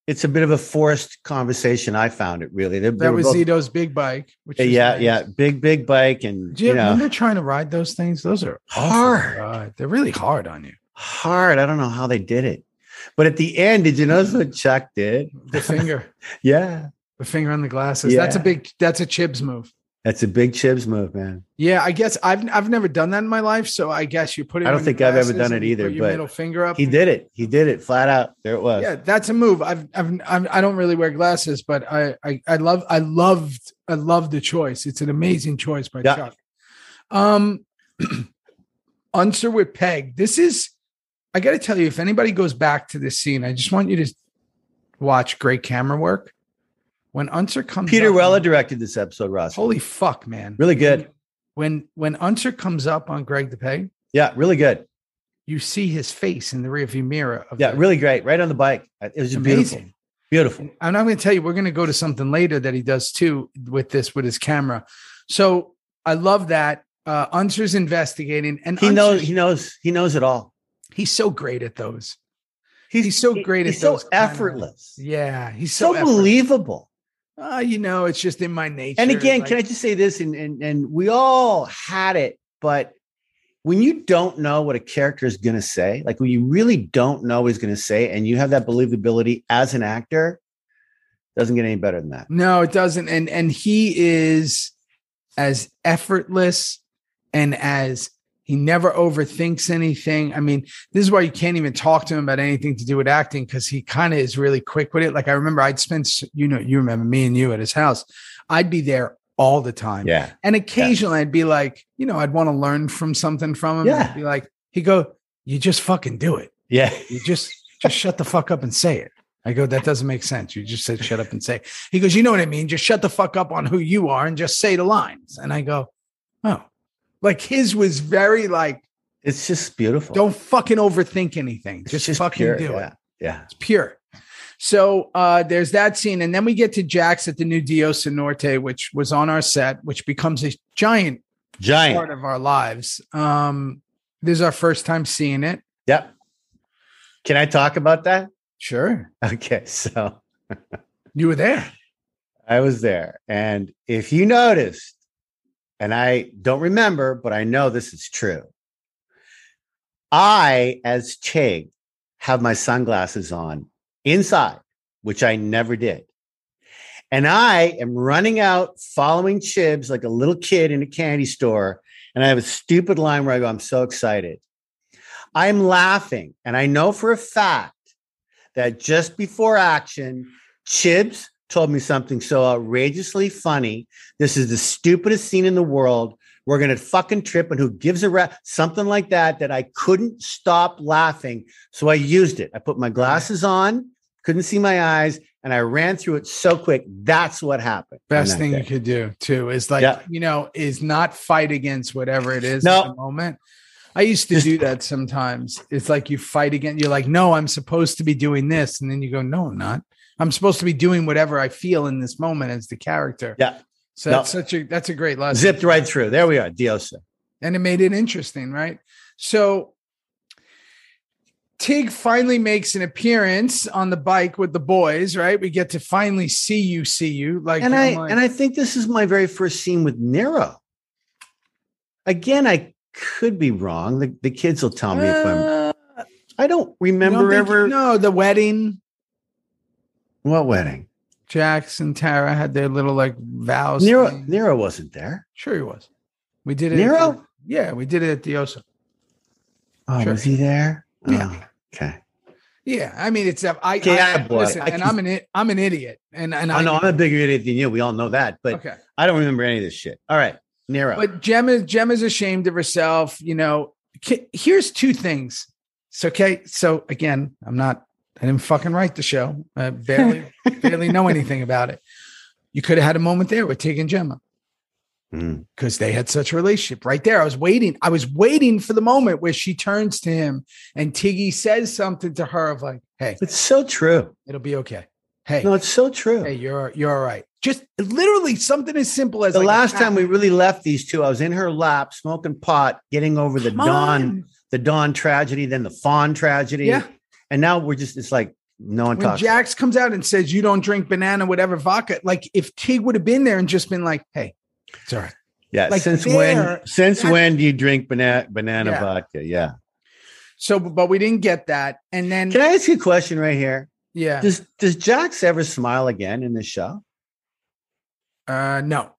It's a bit of a forced conversation. I found it really. They, they that were was both- Zito's big bike. Which was yeah, nice. yeah. Big, big bike, and Do you, you know, remember trying to ride those things? Those are awful Hard. to ride. They're really hard on you. hard. I don't know how they did it, but at the end, did you notice what Chuck did? The finger, Yeah, the finger on the glasses. That's a Yeah. big. That's a Chibs move. that's a big Chibs move, man. Yeah, I guess I've I've never done that in my life. So I guess you put it. I don't on your think I've ever glasses done it and you either, Put your but middle finger up. He did it. He did it flat out. There it was. Yeah, that's a move. I've, I've, I've I don't really wear glasses, but I, I, I love, I loved, I love the choice. It's an amazing choice by Yeah. Chuck. Um, Unser with Peg. This is, I got to tell you, if anybody goes back to this scene, I just want you to watch great camera work. When Unser comes, Peter up- Weller directed this episode, Ross. Holy fuck, man! Really good. When when Unser comes up on Greg the Peg, Yeah, really good. you see his face in the rearview mirror. Of Yeah, the- really great. Right on the bike. It was just beautiful. Amazing. Beautiful. I'm not going to tell you. We're going to go to something later that he does too with this with his camera. So I love that. Uh, Unser's investigating, and He Unser- knows. He knows. He knows it all. he's so great at those. He's so great at He's so those kind of- effortless. Yeah, he's so, so effort- believable. Ah, you know, it's just in my nature. And again, Like, can I just say this? And, and and we all had it, but when you don't know what a character is going to say, like when you really don't know what he's going to say, and you have that believability as an actor, doesn't get any better than that. No, it doesn't. And and he is as effortless and as he never overthinks anything. I mean, this is why you can't even talk to him about anything to do with acting because he kind of is really quick with it. Like I remember I'd spend s- you know, you remember me and you at his house. I'd be there all the time. Yeah, And occasionally I'd be like, you know, I'd want to learn from something from him. Yeah. I'd be like, he go, you just fucking do it yeah, you just just shut the fuck up and say it. I go, that doesn't make sense. You just said shut up and say. it." He goes, you know what I mean? Just shut the fuck up on who you are and just say the lines. And I go, oh, like his was very like, it's just beautiful. don't fucking overthink anything. It's Just, fucking pure, do yeah, it. Yeah, It's pure. So uh, there's that scene, and then we get to Jax at the new Dios Norte, which was on our set, which becomes a giant giant. part of our lives. Um, this is our first time seeing it. Yep. Can I talk about that? Sure, Okay, so you were there. I was there. And if you noticed, and I don't remember, but I know this is true. I, as Chig, have my sunglasses on inside, which I never did. And I am running out following Chibs like a little kid in a candy store. And I have a stupid line where I go, I'm so excited. I'm laughing. And I know for a fact that just before action, Chibs told me something so outrageously funny. This is the stupidest scene in the world. We're going to fucking trip. And who gives a rat? Something like that, that I couldn't stop laughing. So I used it. I put my glasses on, couldn't see my eyes, and I ran through it so quick. That's what happened. on Best that thing day. you could do too is like Yeah. you know is not fight against whatever it is No. at the moment. I used to Just- do that sometimes. It's like you fight against. You're like, no, I'm supposed to be doing this, and then you go, no, I'm not. I'm supposed to be doing whatever I feel in this moment as the character. Yeah. So No. that's such a that's a great lesson. Zipped right through. There we are. Diosa. and it made it interesting, right? So Tig finally makes an appearance on the bike with the boys, right? We get to finally see you, see you. Like, and I'm I like- and I think this is my very first scene with Nero. Again, I could be wrong. The, the kids will tell me if I'm. Uh, I don't you don't remember think you- ever No, the wedding. what wedding. Jax and Tara had their little like vows. Nero thing. Nero wasn't there. sure he was. We did it. at Nero? the- yeah, we did it at the Osa. Oh, Sure. was he there? Yeah. Oh, okay. Yeah, I mean it's I, I, Okay, I I bought it. listen, I and can- I'm an i- I'm an idiot, and and I know Oh, I'm a bigger idiot than you. We all know that, but okay. I don't remember any of this shit. All right, Nero. But Gemma, Gemma's ashamed of herself. You know, K- here's two things. So, okay. So again, I'm not, I didn't fucking write the show. I barely, barely know anything about it. You could have had a moment there with Tig and Gemma Mm. because they had such a relationship right there. I was waiting. I was waiting for the moment where she turns to him and Tiggy says something to her of like, Hey, It's so true. it'll be okay. Hey, No, it's so true. hey, you're, you're all right. Just literally something as simple as the like a last pat- time we really left these two, I was in her lap smoking pot, getting over the Come dawn on. the Dawn tragedy, then the Fawn tragedy. Yeah. And now we're just, it's like no one when talks. Jax comes out and says you don't drink banana, whatever vodka, like if Tig would have been there and just been like, "Hey, it's all right." yeah. like since there, when, since that- when do you drink banana, banana Yeah. vodka? Yeah. So, but we didn't get that, and then Can I ask you a question right here? yeah, Does, does Jax ever smile again in the show? uh, no,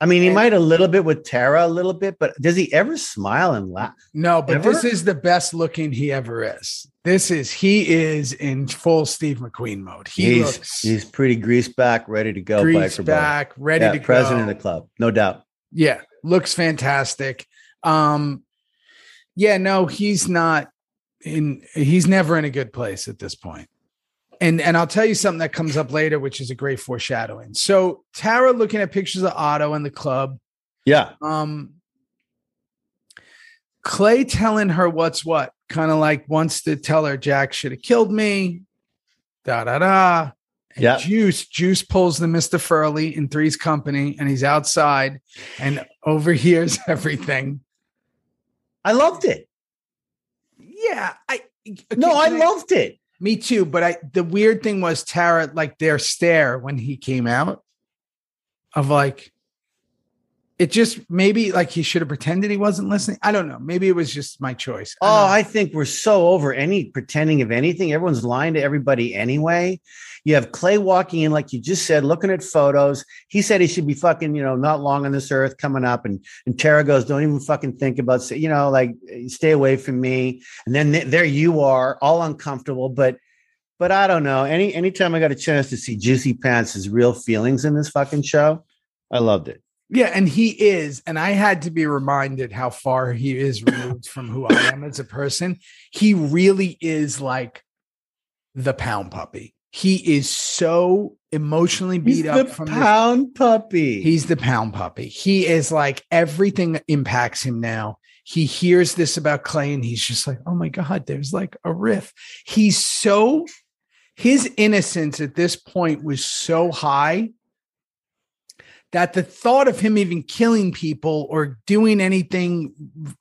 I mean, he And- might a little bit with Tara, a little bit, but does he ever smile and laugh? no. But Ever? this is the best looking he ever is. This is he is in full Steve McQueen mode. He he's looks he's pretty greased back, ready to go. greased biker boy. back, ready yeah, to president go. of the club, no doubt. yeah looks fantastic um yeah no he's not in he's never in a good place at this point and and i'll tell you something that comes up later which is a great foreshadowing so tara looking at pictures of otto and the club Yeah. um clay telling her what's what kind of like wants to tell her jack should have killed me da da da And Yeah. juice juice pulls the mr furley in three's company and he's outside and overhears everything I loved it. yeah i No, I love loved it. me too but i the weird thing was tara like their stare when he came out of like it just maybe like he should have pretended he wasn't listening i don't know maybe it was just my choice Oh, don't know. I think we're so over any pretending of anything. Everyone's lying to everybody anyway. You have Clay walking in, like you just said, looking at photos. He said he should be fucking, you know, not long on this earth coming up. And and Tara goes, don't even fucking think about, s- you know, like stay away from me. And then th- there you are, all uncomfortable. But but I don't know. Any anytime I got a chance to see Juicy Pants' real feelings in this fucking show, I loved it. yeah and he is and i had to be reminded how far he is removed from who i am as a person he really is like the pound puppy he is so emotionally He's beat up the from this pound puppy. He's the pound puppy. He is like everything impacts him now. He hears this about Clay and he's just like, oh my God, there's like a riff. He's so, his innocence at this point was so high that the thought of him even killing people or doing anything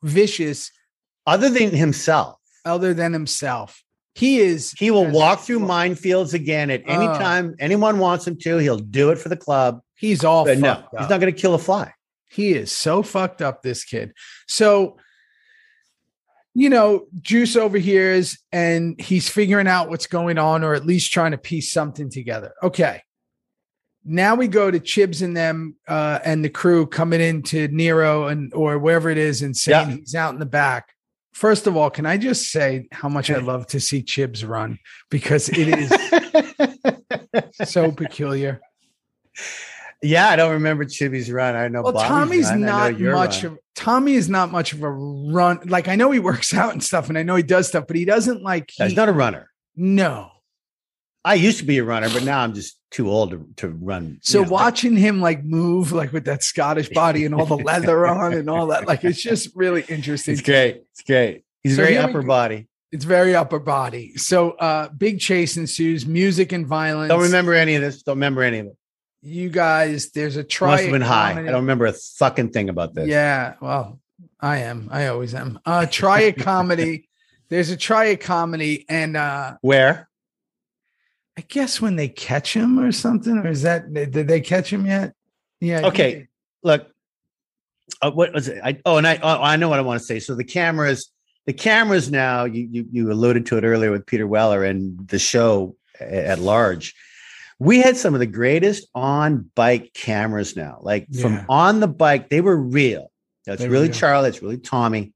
vicious other than himself. other than himself, he is. He will Yes. walk through minefields again at any Oh. time anyone wants him to. He'll do it for the club. He's all but no, fucked up. he's not going to kill a fly. He is so fucked up, this kid. So, you know, Juice overhears and he's figuring out what's going on, or at least trying to piece something together. Okay. Now we go to Chibs and them uh, and the crew coming into Nero and or wherever it is and saying Yeah. he's out in the back. First of all, can I just say how much I love to see Chibs run because it is so peculiar. yeah, I don't remember Chibi's run. I know. Well, Bobby's Tommy's run. I know not your much run. of Tommy is not much of a run. Like I know he works out and stuff, and I know he does stuff, but he doesn't like Yeah, he- He's not a runner. no. I used to be a runner, but now I'm just too old to, to run. So you know. watching him like move, like with that Scottish body and all the leather on and all that, like it's just really interesting. It's great. It's great. He's So very here we upper go. body. It's very upper body. So uh big chase ensues, music and violence. Don't remember any of this. Don't remember any of it. you guys, there's a try. Must have been high. I don't remember a fucking thing about this. Yeah, well, I am. I always am. Uh try a comedy. there's a try a comedy, and uh Where? I guess when they catch him or something, or is that did they catch him yet? Yeah. I think Okay. they- Look. Uh, what was it? I, oh, and I oh, I know what I want to say. So the cameras, the cameras now. You you you alluded to it earlier with Peter Weller and the show a- at large. We had some of the greatest on bike cameras now. Like Yeah. from on the bike, they were real. That's They were really real. Charlie. It's really Tommy.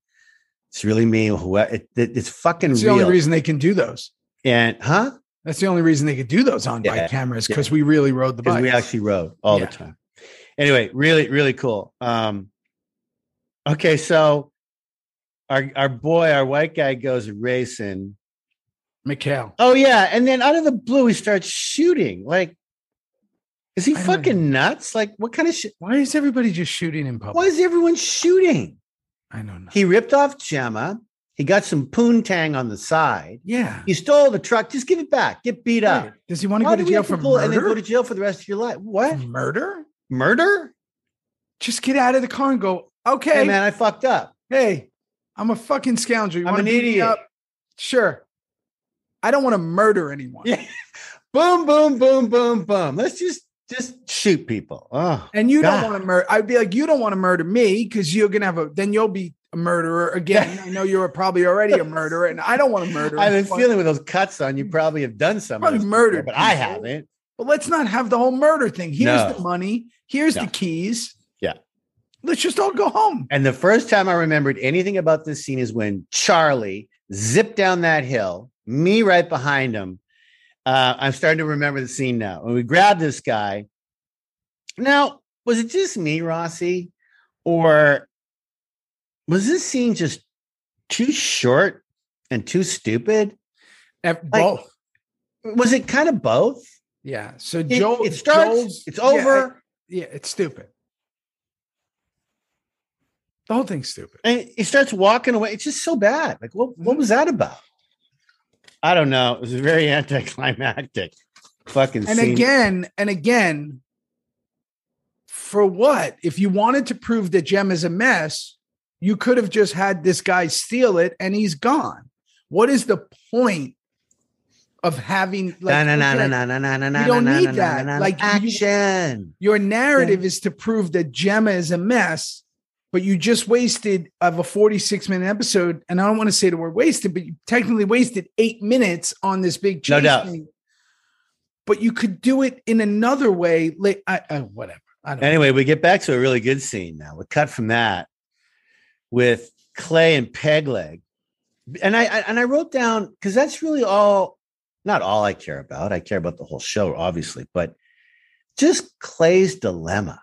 It's really me. Whoever. It, it- it's fucking It's the real. only reason they can do those. and huh? That's the only reason they could do those on Yeah, bike cameras because we really rode the because bike. we actually rode all Yeah. the time. Anyway, really, really cool. Um, okay, so our our boy, our white guy, goes racing. Mikhail. Oh yeah, and then out of the blue, he starts shooting. Like, is he I don't fucking nuts? Like, what kind of shit? Why is everybody just shooting in public? Why is everyone shooting? I don't know. He ripped off Gemma. He got some poontang on the side. Yeah. He stole the truck. Just give it back. Get beat up. Right. Does he want to Why go do to we jail have to for pull murder? Hmm. and then go to jail for the rest of your life? What For murder? murder? Just get out of the car and go, okay, Hey man, I fucked up. hey, I'm a fucking scoundrel. You I'm wanna an beat me idiot. up? Sure. I don't want to murder anyone. Yeah. boom, boom, boom, boom, boom. Let's just just shoot people. Oh, And you God. don't want to murder. I'd be like, you don't want to murder me because you're gonna have a. Then you'll be a murderer again. I know you're probably already a murderer, and I don't want to murder. I have a anyone. feeling with those cuts on, you probably have done something. Probably murdered but I people. haven't. But let's not have the whole murder thing. Here's No. the money. Here's No. the keys. Yeah. Let's just all go home. And the first time I remembered anything about this scene is when Charlie zipped down that hill, me right behind him. Uh, I'm starting to remember the scene now. When we grabbed this guy. Now, was it just me, Rossi? Or was this scene just too short and too stupid? F- both. Was it kind of both? Yeah. So It, Joel. it starts. Joel's- it's yeah, I- over, Yeah, it's stupid. The whole thing's stupid. and he starts walking away. It's just so bad. Like, what? What was that about? I don't know. It was very anticlimactic. Fucking. And scene. again, and again, for what? If you wanted to prove that Gem is a mess, you could have just had this guy steal it and he's gone. What is the point of having Na like na na na again, na na na na we don't na, na, need na, that. na, na, Like, you- action. your narrative is to prove that Gemma is a mess, but you just wasted of a 46 minute episode. And I don't want to say the word wasted, but you technically wasted eight minutes on this big No chase doubt. thing. But you could do it in another way. Like, I, I, whatever. I don't know. Anyway, we get back to a really good scene now. We cut from that with Clay and Pegleg. And I, I and I wrote down because that's really all not all I care about. I care about the whole show, obviously, but just Clay's dilemma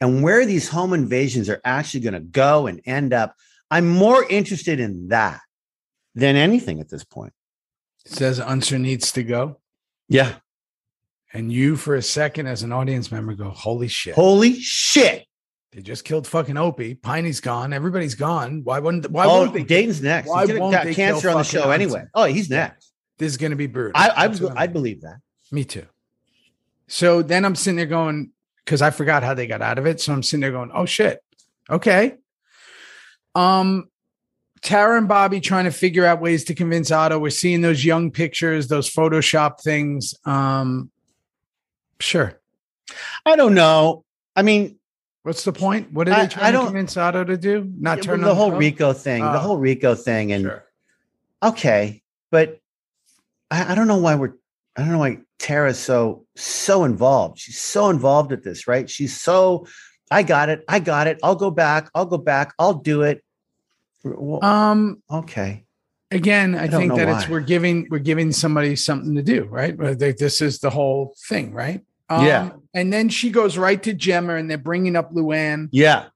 and where these home invasions are actually going to go and end up. I'm more interested in that than anything at this point. It says Unser needs to go. Yeah. And you, for a second, as an audience member, go, holy shit. Holy shit. They just killed fucking Opie. Piney's gone. Everybody's gone. Why wouldn't, why oh, wouldn't they? Dayton's next. why He's gonna won't got they cancer kill on the fucking show Hudson? anyway. Oh, he's next. This is going to be brutal. I I, That's what I'm I like. believe that. Me too. So then I'm sitting there going, because I forgot how they got out of it. So I'm sitting there going, oh shit. Okay. Um, Tara and Bobby trying to figure out ways to convince Otto. We're seeing those young pictures, those Photoshop things. Um, sure. I don't know. I mean, What's the point? What are they I- trying I don't- to convince Otto to do? Not it- turn on the whole code? Rico thing, Oh. the whole Rico thing, and Sure. okay, but I, I don't know why we're I don't know why Tara's so so involved. She's so involved at this, right? She's so I got it. I got it. I'll go back. I'll go back. I'll do it. Well, Um, okay. again i, I don't think know that it's why. we're giving we're giving somebody something to do right Uh, they- this is the whole thing right um, Yeah. and then she goes right to gemma and they're bringing up luann Yeah.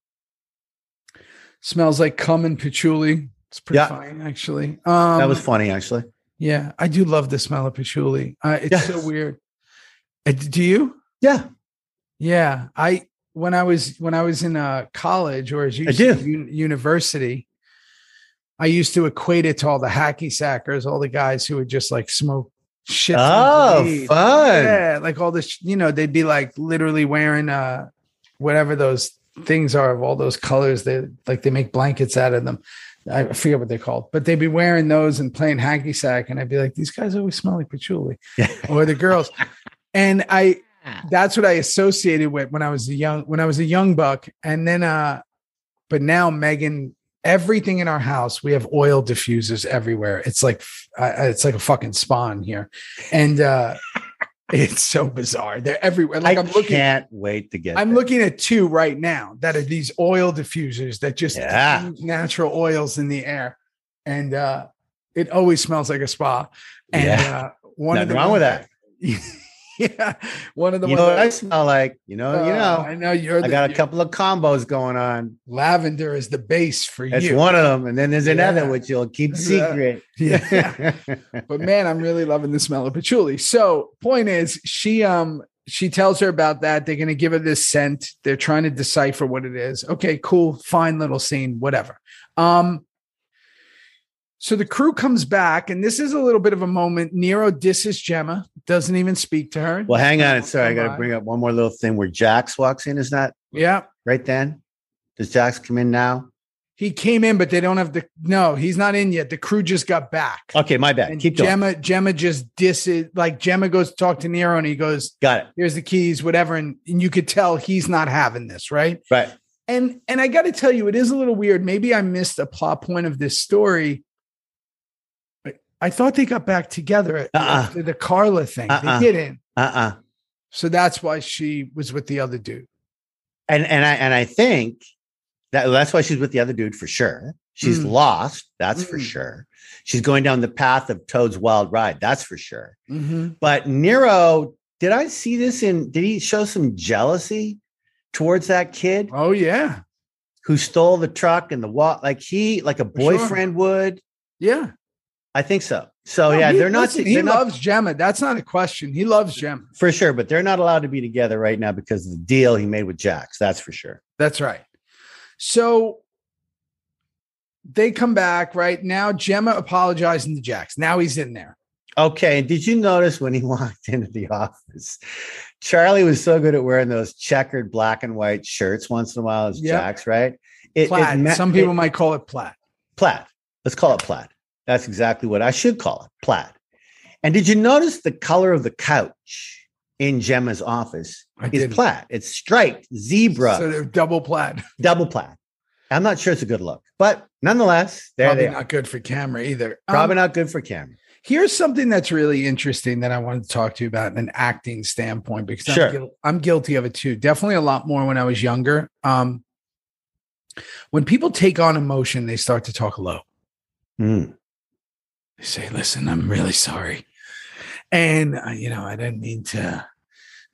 smells like cum and patchouli it's pretty Yeah. fine actually um That was funny actually. yeah i do love the smell of patchouli uh, it's Yes. so weird Uh, do you Yeah. yeah i when i was when i was in uh college or as you I said, do. un- university I used to equate it to all the hacky sackers, all the guys who would just like smoke shit. tons Oh, of weed. fun. Yeah, like all this, you know, they'd be like literally wearing uh whatever those things are of all those colors. They like they make blankets out of them. I forget what they're called, but they'd be wearing those and playing hacky sack. And I'd be like, these guys always smell like patchouli Yeah. or the girls. And I that's what I associated with when I was a young when I was a young buck. And then uh but now Megan everything in our house we have oil diffusers everywhere it's like uh, it's like a fucking spawn here and uh it's so bizarre they're everywhere like I i'm looking can't wait to get i'm there. looking at two right now that are these oil diffusers that just Yeah. diffuse natural oils in the air and uh it always smells like a spa and Yeah. uh one of Nothing the wrong with that. yeah one of the You ones know what that- I smell like? You know, Oh, you Uh, know. i know you're I the- got a you- couple of combos going on. lavender is the base for That's you one of them. And then there's another Yeah. which you'll keep Yeah. secret. yeah but man, I'm really loving the smell of patchouli. So point is, she um she tells her about that. They're gonna give her this scent. They're trying to decipher what it is. Okay, cool, fine little scene, whatever. Um so the crew comes back, and this is a little bit of a moment. Nero disses Gemma, doesn't even speak to her. well, hang on. Sorry, I Come got to on. bring up one more little thing where Jax walks in. Is that Yeah. right then? Does Jax come in now? He came in, but they don't have the no, he's not in yet. The crew just got back. Okay, my bad. And Keep going. Gemma, Gemma just disses like Gemma goes to talk to Nero and he goes, Got it. here's the keys whatever and, and you could tell he's not having this right Right. and and i got to tell you it is a little weird maybe i missed a plot point of this story But I thought they got back together Uh-uh. after the Carla thing. Uh-uh. They didn't. Uh-uh. So that's why she was with the other dude. And and I and I think that that's why she's with the other dude for sure. She's Mm. lost, that's for Mm. sure. She's going down the path of Toad's wild ride, that's for sure. But Nero, did I see this in did he show some jealousy towards that kid Oh, yeah. who stole the truck and the walk like he like a sure. boyfriend would? Yeah. I think so. So No, Oh, yeah, he- they're not listen, they're he not- loves Gemma. That's not a question. He loves Gemma. for sure, but they're not allowed to be together right now because of the deal he made with Jax, that's for sure. That's right. So they come back, right? Now Gemma apologizing to Jax. Now he's in there. Okay. And did you notice when he walked into the office, Charlie was so good at wearing those checkered black and white shirts once in a while as Yep. Jack's, right? It, it Plaid. ma- Some people it- might call it plaid. plaid. Let's call it plaid. That's exactly what I should call it plaid. And did you notice the color of the couch in Gemma's office I is didn't. plaid? It's striped, zebra, So they're double plaid. double plaid. I'm not sure it's a good look, but nonetheless, there Probably they are. not good for camera either. Um, Probably not good for camera. Here's something that's really interesting that I wanted to talk to you about in an acting standpoint because Sure. I'm, guil- I'm guilty of it too. Definitely a lot more when I was younger. Um, when people take on emotion, they start to talk low. Mm. They say, "Listen, I'm really sorry," and uh, you know, I didn't mean to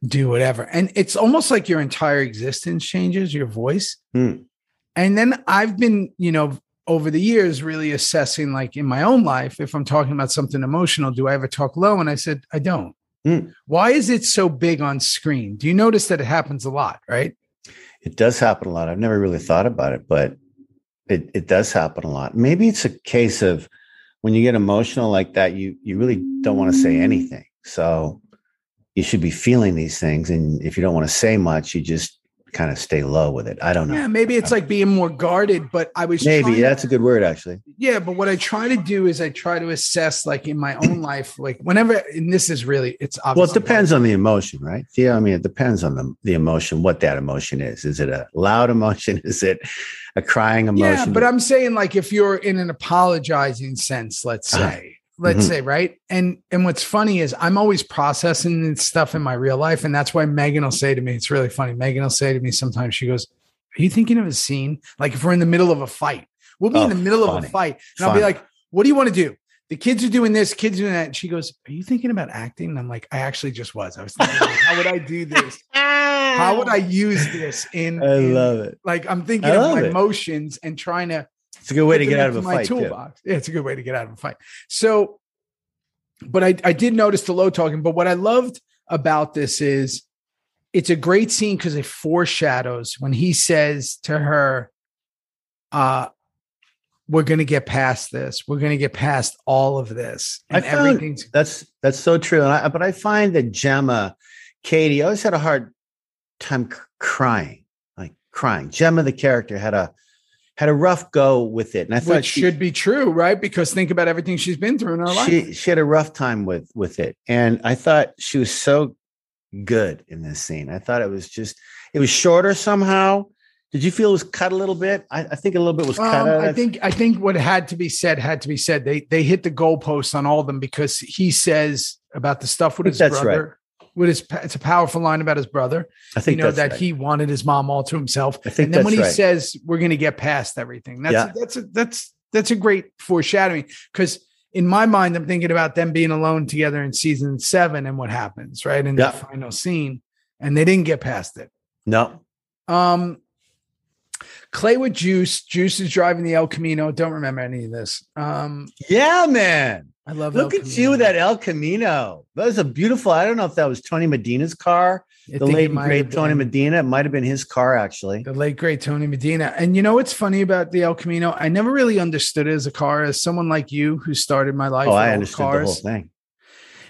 do whatever. And it's almost like your entire existence changes, your voice. Hmm. And then I've been, you know, over the years, really assessing, like in my own life, if I'm talking about something emotional, do I ever talk low? And I said, I don't. Hmm. Why is it so big on screen? Do you notice that it happens a lot, right? It does happen a lot. I've never really thought about it, but it, it does happen a lot. Maybe it's a case of when you get emotional like that, you you really don't want to say anything. So you should be feeling these things. And if you don't want to say much, you just kind of stay low with it. I don't know. Yeah, maybe it's like being more guarded, but I was Maybe trying to- that's a good word, actually. yeah but what i try to do is i try to assess like in my own life like whenever and this is really it's Well, obviously it depends on the emotion, right? Yeah, I mean, it depends on the, the emotion, what that emotion is. Is it a loud emotion? Is it a crying emotion? yeah but i'm saying like if you're in an apologizing sense let's Uh-huh. say let's Mhm. say, right? And and what's funny is I'm always processing this stuff in my real life, and that's why Megan will say to me, it's really funny. Megan will say to me sometimes, she goes, "Are you thinking of a scene? Like if we're in the middle of a fight, we'll be in Oh, the middle of a funny. fight, and I'll be Funny. like, what do you want to do?" The kids are doing this, kids doing that. And she goes, Are you thinking about acting? And I'm like, I actually just was. I was thinking, like, how would I do this? How would I use this in, I in- love it. like I'm thinking I of love my it. emotions and trying to It's a good way to put get them out of a into my fight. Too. toolbox. Yeah, it's a good way to get out of a fight. So, but I, I did notice the low talking. But what I loved about this is it's a great scene because it foreshadows when he says to her, uh, we're gonna get past this. We're gonna get past all of this. I And found- everything's That's that's so true. And I, but I find that Gemma, Katie, always had a hard time c- crying, like crying. Gemma, the character, had a had a rough go with it, and I thought which she- should be true, right? Because think about everything she's been through in her life. she she had a rough time with with it, and I thought she was so good in this scene. I thought it was just it was shorter somehow. Did you feel it was cut a little bit? I, I think a little bit was cut. Um, out. I think I think what had to be said had to be said. They they hit the goalposts on all of them because he says about the stuff with I think his that's brother. With his, pa- it's a powerful line about his brother. I You think know that's that right. he wanted his mom all to himself. I think and then when that's he right. says we're going to get past everything, that's Yeah. that's a, that's that's a great foreshadowing because in my mind I'm thinking about them being alone together in season seven and what happens right in Yeah. the final scene, and they didn't get past it. no, Um, Clay with Juice. Juice is driving the El Camino. Don't remember any of this. Um, yeah, man. I love. Look El at you with Camino. that El Camino. That was a beautiful. I don't know if that was Tony Medina's car, the I think it late might great have Tony been Medina. It might have been his car actually. The late great Tony Medina. And you know what's funny about the El Camino? I never really understood it as a car. As someone like you who started my life, Oh, in I old understood the whole thing.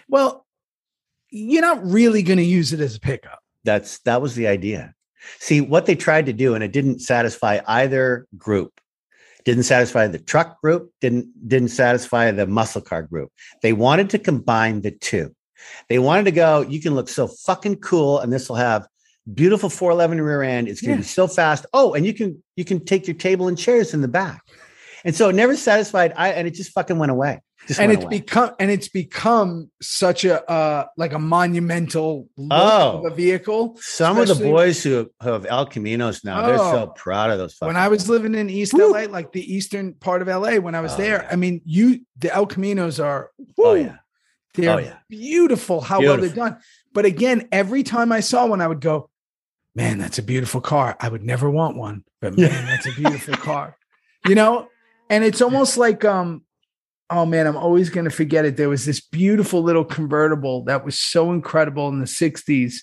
Well, you're not really going to use it as a pickup. That's that was the idea. See what they tried to do, and it didn't satisfy either group. Didn't satisfy the truck group. Didn't didn't satisfy the muscle car group. They wanted to combine the two. They wanted to go. You can look so fucking cool, and this will have beautiful 411 rear end. It's going to be so fast. Oh, and you can you can take your table and chairs in the back. And so it never satisfied. I and it just fucking went away. Just and went it's away. become and it's become such a uh like a monumental look Oh. of a vehicle. Some of the Especially- boys who, who have El Caminos now, they're so Oh. proud of those. when fucking I was living in East Woo. LA, like the eastern part of LA, when I was Oh, there, yeah. I mean, you the El Caminos are woo, Oh yeah, they're oh, yeah. beautiful how well Beautiful. they're done. But again, every time I saw one, I would go, Man, that's a beautiful car. I would never want one, but man, Yeah. that's a beautiful car. You know? And it's almost like um, oh man, I'm always gonna forget it. There was this beautiful little convertible that was so incredible in the 60s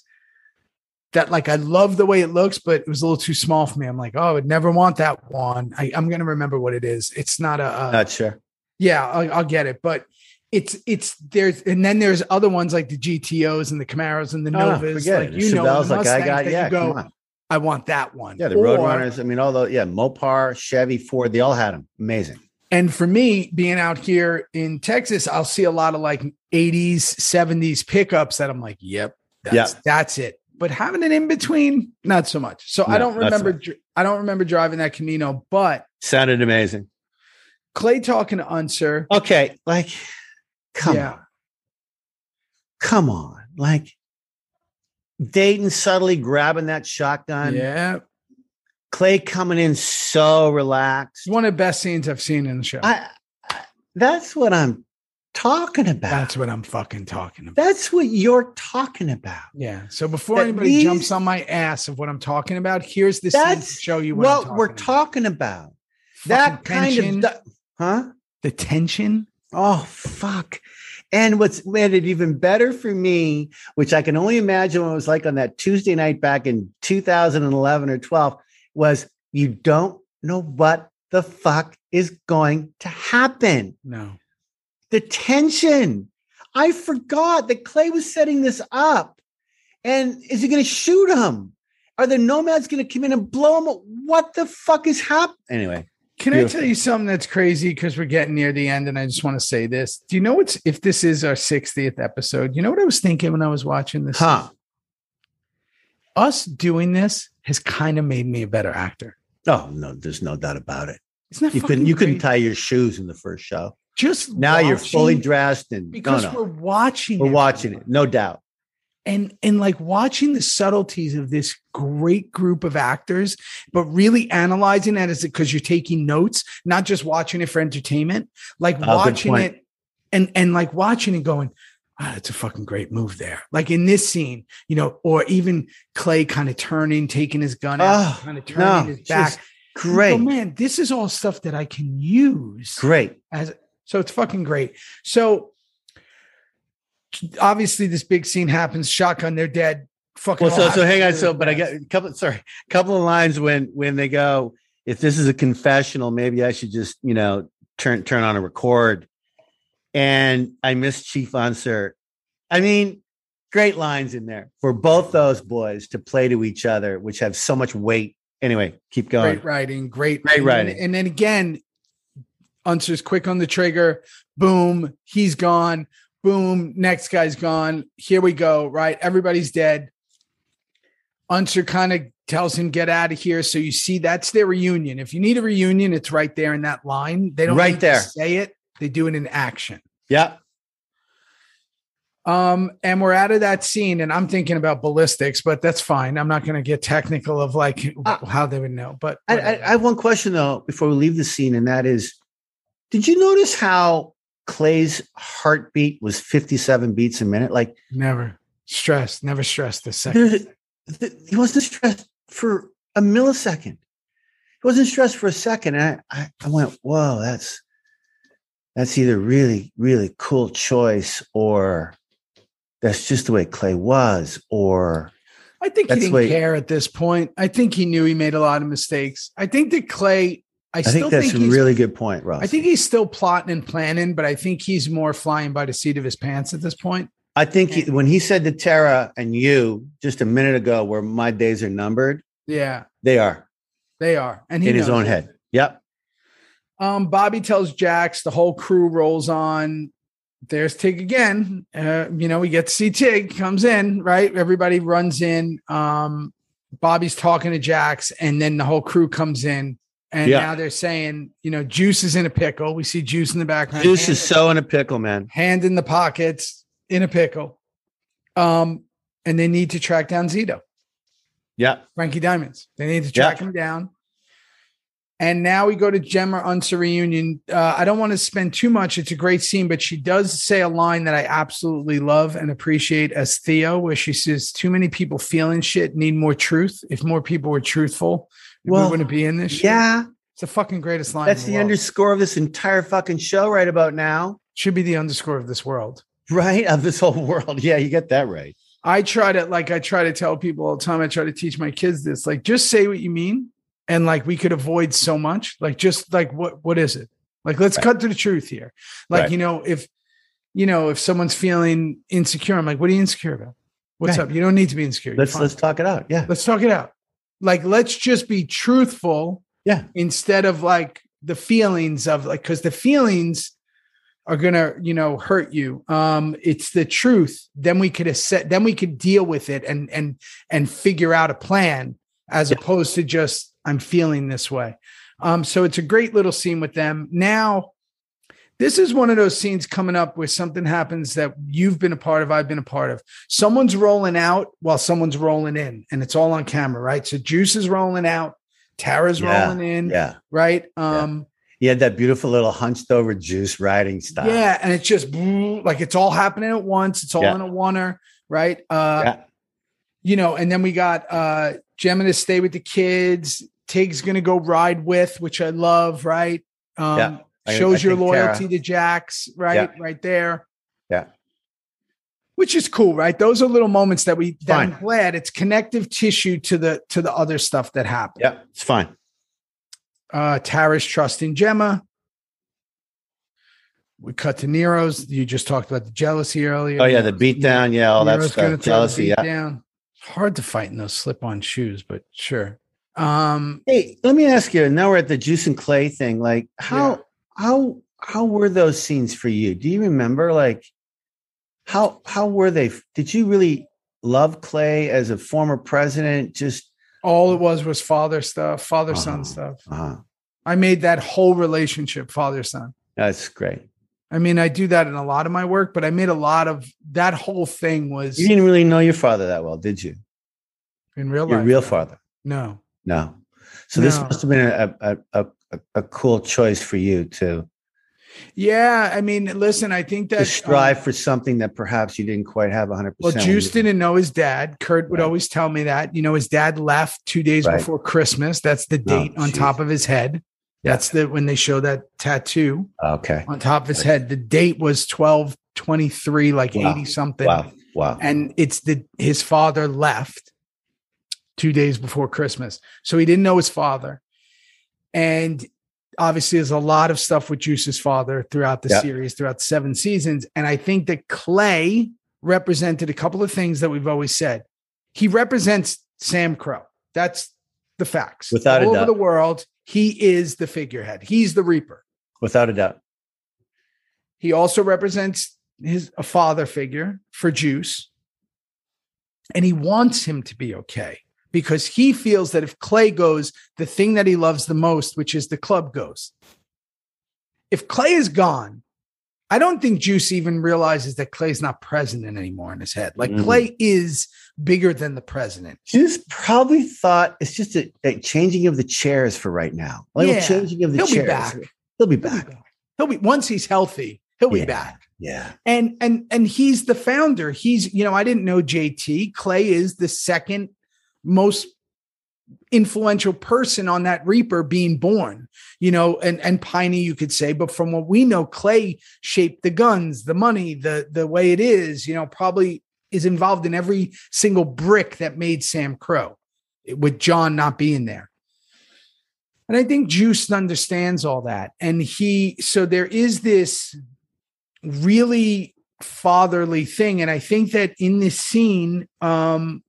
that like I love the way it looks, but it was a little too small for me. I'm like, oh, I would never want that one. I, I'm gonna remember what it is. It's not a, uh, a not sure. yeah, I'll, I'll get it, but it's it's there's and then there's other ones like the GTOs and the Camaros and the No, no, Novas, Ah, forget like it. you know, Chevelle's the like I Mustangs got. that Yeah, you go, come on. I want that one. Yeah, the Or- Roadrunners. I mean, all those. Yeah, Mopar, Chevy, Ford. They all had them. Amazing. And for me, being out here in Texas, I'll see a lot of like 80s, 70s pickups that I'm like, yep, that's that's it. But having an in between, not so much. So I No, don't that's remember. not- dr- I don't remember driving that Camino, but Sounded amazing. Clay talking to Unser. Okay, like, come yeah, on, come on, like. Dayton subtly grabbing that shotgun. yeah, Clay coming in so relaxed. it's one of the best scenes I've seen in the show. I, I- that's what I'm talking about. That's what I'm fucking talking about. That's what you're talking about. Yeah. So before That anybody these- jumps on my ass of what I'm talking about, here's the scene to That's show you what, What I'm we're about. talking about. Fucking That kind tension, of, du- huh? the tension. Oh fuck. And what's made it even better for me, which I can only imagine what it was like on that Tuesday night back in 2011 or 12, was you don't know what the fuck is going to happen. No. The tension. I forgot that Clay was setting this up. And is he going to shoot him? Are the nomads going to come in and blow him? up? What the fuck is happening? Anyway, Can I Beautiful. tell you something that's crazy? Because we're getting near the end, and I just want to say this. Do you know what's if this is our 60th episode? You know what I was thinking when I was watching this? huh? Us doing this has kind of made me a better actor. Oh no, there's no doubt about it. Isn't that You couldn't you couldn't tell tie your shoes in the first show. just Now you're fully watching- dressed and because no, no. we're watching. we're watching it, everyone. no doubt. and and like watching the subtleties of this great group of actors but really analyzing that is because you're taking notes not just watching it for entertainment like Ah, good watching point. it and and like watching and going ah that's a fucking great move there like in this scene you know or even clay kind of turning taking his gun out Oh, kind of turning No, his back just You go, great, man this is all stuff that i can use great. so it's fucking great. So obviously, this big scene happens. Shotgun, they're dead. Fucking. Well, all so so happens hang on. to So, the but I got best. a couple. Sorry, couple of lines when when they go. If this is a confessional, maybe I should just you know turn turn on a record. And I miss Chief Unser. I mean, great lines in there for both those boys to play to each other, which have so much weight. Anyway, keep going. great writing, great, Great and- writing. and then again, Unser's quick on the trigger. Boom, he's gone. Boom, next guy's gone. Here we go. Right, everybody's dead. Unser kind of tells him get out of here. So you see, that's their reunion. If you need a reunion, it's right there in that line. They don't Right need to there. say it. They do it in action. Yep. Um, and we're out of that scene, and I'm thinking about ballistics, but that's fine. I'm not going to get technical of like Uh, how they would know. But I, I, I have one question though before we leave the scene, and that is, did you notice how Clay's heartbeat was fifty-seven beats a minute? Like. never stress, never stress the second. There's, th- he wasn't stressed for a millisecond. He wasn't stressed for a second. And I, I, I went, whoa, that's that's either really, really cool choice, or that's just the way Clay was, or I think he That's didn't why- care at this point. I think he knew he made a lot of mistakes. I think that Clay, I, I still think think, that's a he's, really good point, Ross. I think he's still plotting and planning, but I think he's more flying by the seat of his pants at this point. I think he, when he said to Tara and you just a minute ago, where my days are numbered, Yeah, they are they are, and he in his knows own it. head. Yep. Um, Bobby tells Jax the whole crew rolls on. There's Tig again. Uh, you know, we get to see Tig comes in, right? Everybody runs in. Um, Bobby's talking to Jax, and then the whole crew comes in. And Yeah. now they're saying, you know, Juice is in a pickle. We see Juice in the background. Juice hand, is so in a pickle, man. hand in the pockets, in a pickle. Um, and they need to track down Zito. Yep. Frankie Diamonds. They need to track Yeah. him down. And now we go to Gemma Unser reunion. Uh, I don't want to spend too much. It's a great scene, but she does say a line that I absolutely love and appreciate as Theo, where she says, "Too many people feeling shit need more truth. If more people were truthful, Well, we wouldn't be in this." shit." Yeah. it's the fucking greatest line. That's in the, the world. underscore of this entire fucking show right about now. should be the underscore of this world. right of this whole world yeah you get that right I try to like I try to tell people all the time. I try to teach my kids this. Like, just say what you mean, and like we could avoid so much. Like, just like what what is it? Like, let's Right. cut to the truth here. Like, Right. you know, if you know if someone's feeling insecure, I'm like, what are you insecure about? What's Right. up? You don't need to be insecure. You're let's fine. let's talk it out yeah let's talk it out. Like, let's just be truthful. Yeah. Instead of like the feelings of like, because the feelings are gonna, you know, hurt you. Um, it's the truth. Then we could assess, then we could deal with it and and and figure out a plan as opposed to just I'm feeling this way. Um, so it's a great little scene with them. Now, this is one of those scenes coming up where something happens that you've been a part of, I've been a part of. Someone's rolling out while someone's rolling in, and it's all on camera, right? So Juice is rolling out, Tara's Yeah, rolling in, yeah right? Um, he had that beautiful little hunched over juice riding yeah. style and it's just boom, like it's all happening at once. It's all Yeah. in a oneer, right? Uh, Yeah. You know, and then we got uh, Gemini stay with the kids. Tig's gonna go ride with, which I love, right? Um, Yeah. I- shows I your think loyalty Tara- to Jax, right? Right there. Yeah. Which is cool, right? Those are little moments that we that I'm Fine. glad it's connective tissue to the to the other stuff that happened. yeah it's fine Uh Tara's trust in Gemma. We cut to Nero's. You just talked about the jealousy earlier. oh yeah the beat down yeah all that stuff jealousy yeah Down. It's hard to fight in those slip-on shoes, but sure. Um, hey let me ask you now we're at the juice and clay thing like how how how were those scenes for you do you remember like how how were they did you really love clay as a former president just all it was was father stuff, father-son Oh. stuff. uh I made that whole relationship father-son. that's great I mean, I do that in a lot of my work, but I made a lot of that whole thing was You didn't really know your father that well, did you? in real Your life. real father. no. No. So this No. must have been a, a, a, a, a cool choice for you to, Yeah, I mean, listen, I think that to strive um, for something that perhaps you didn't quite have 100%. well, when Juice you- didn't know his dad. Kurt would Right. always tell me that. You know, his dad left two days Right. before Christmas. That's the Oh, date on geez. top of his head. Yeah. That's the when they show that tattoo Okay. on top of his head. The date was twelve twenty three, like Wow. eighty something. Wow. Wow. and it's the his father left two days before christmas so he didn't know his father and obviously there's a lot of stuff with juice's father throughout the Yeah. series throughout the seven seasons and i think that clay represented a couple of things that we've always said he represents sam crow that's the facts Without a all over doubt. the world he is the figurehead he's the reaper Without a doubt. he also represents his a father figure for Juice. And he wants him to be okay because he feels that if Clay goes, the thing that he loves the most, which is the club, goes. If Clay is gone, I don't think Juice even realizes that Clay's not president anymore in his head. Like Mhm. Clay is bigger than the president. Juice probably thought it's just a, a changing of the chairs for right now. A little Yeah. changing of the He'll be chairs. back. He'll be He'll be back. back. He'll be once he's healthy, he'll be Yeah. back. Yeah. and and and he's the founder he's you know i didn't know jt clay is the second most influential person on that reaper being born you know and and piney you could say but from what we know clay shaped the guns the money the the way it is you know probably is involved in every single brick that made sam crow with john not being there and i think juice understands all that and he so there is this really fatherly thing and i think that in this scene um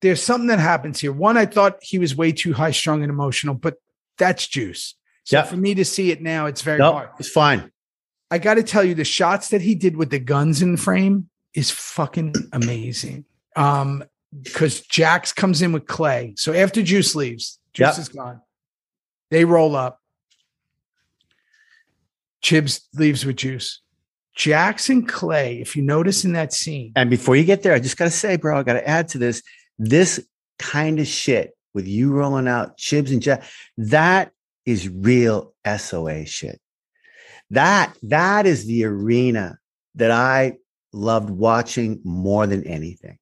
there's something that happens here one i thought he was way too high strung and emotional but that's juice so Yeah. for me to see it now it's very No, hard it's fine. i gotta tell you the shots that he did with the guns in frame is fucking amazing um because jax comes in with clay so after juice leaves juice Yeah. is gone they roll up Chibs leaves with Juice. Jackson Clay, if you notice in that scene, And before you get there, I just got to say, bro, I got to add to this this kind of shit with you rolling out chibs and jack, that is real SOA shit. That that is the arena that I loved watching more than anything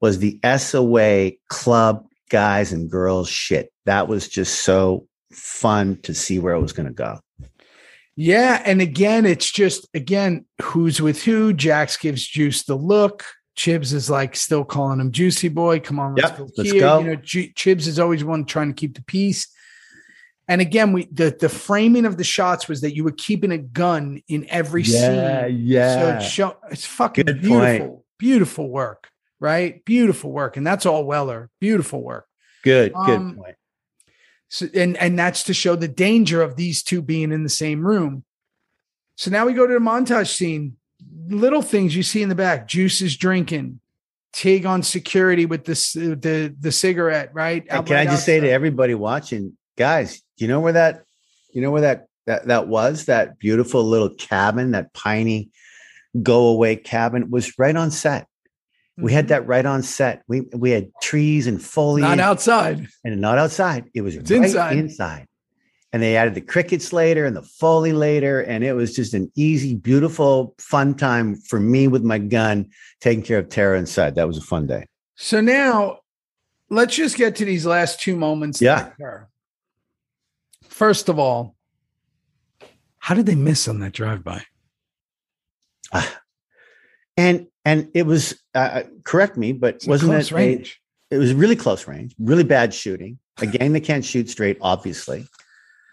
was the SOA club guys and girls shit. That was just so fun to see where it was going to go. yeah, and again, it's just again who's with who. Jax gives Juice the look. Chibs is like still calling him Juicy Boy. Come on, let's Yep, go let's here. go. You know, Ju- Chibs is always one trying to keep the peace. And again, we the the framing of the shots was that you were keeping a gun in every scene. So it's, show, it's fucking Good point. beautiful, beautiful work, right? Beautiful work. And that's all Weller. Beautiful work. good, um, good point. So, and and that's to show the danger of these two being in the same room. So now we go to the montage scene. Little things you see in the back. Juice is drinking. Tig on security with the c- the the cigarette, right? And can I just say to everybody watching, guys, you know where that, you know where that that that was that beautiful little cabin, that piney go away cabin was right on set. We had that right on set. We we had trees and foliage, Mm-hmm. not outside. and not outside. It was It's right inside. inside. And they added the crickets later and the foley later, and it was just an easy, beautiful, fun time for me with my gun taking care of Tara inside. That was a fun day. So now let's just get to these last two moments. that Yeah. occur. First of all, how did they miss on that drive by? And and it was uh, uh, correct me, but wasn't close it a- range? It was really close range, really bad shooting. A gang that can't shoot straight, obviously.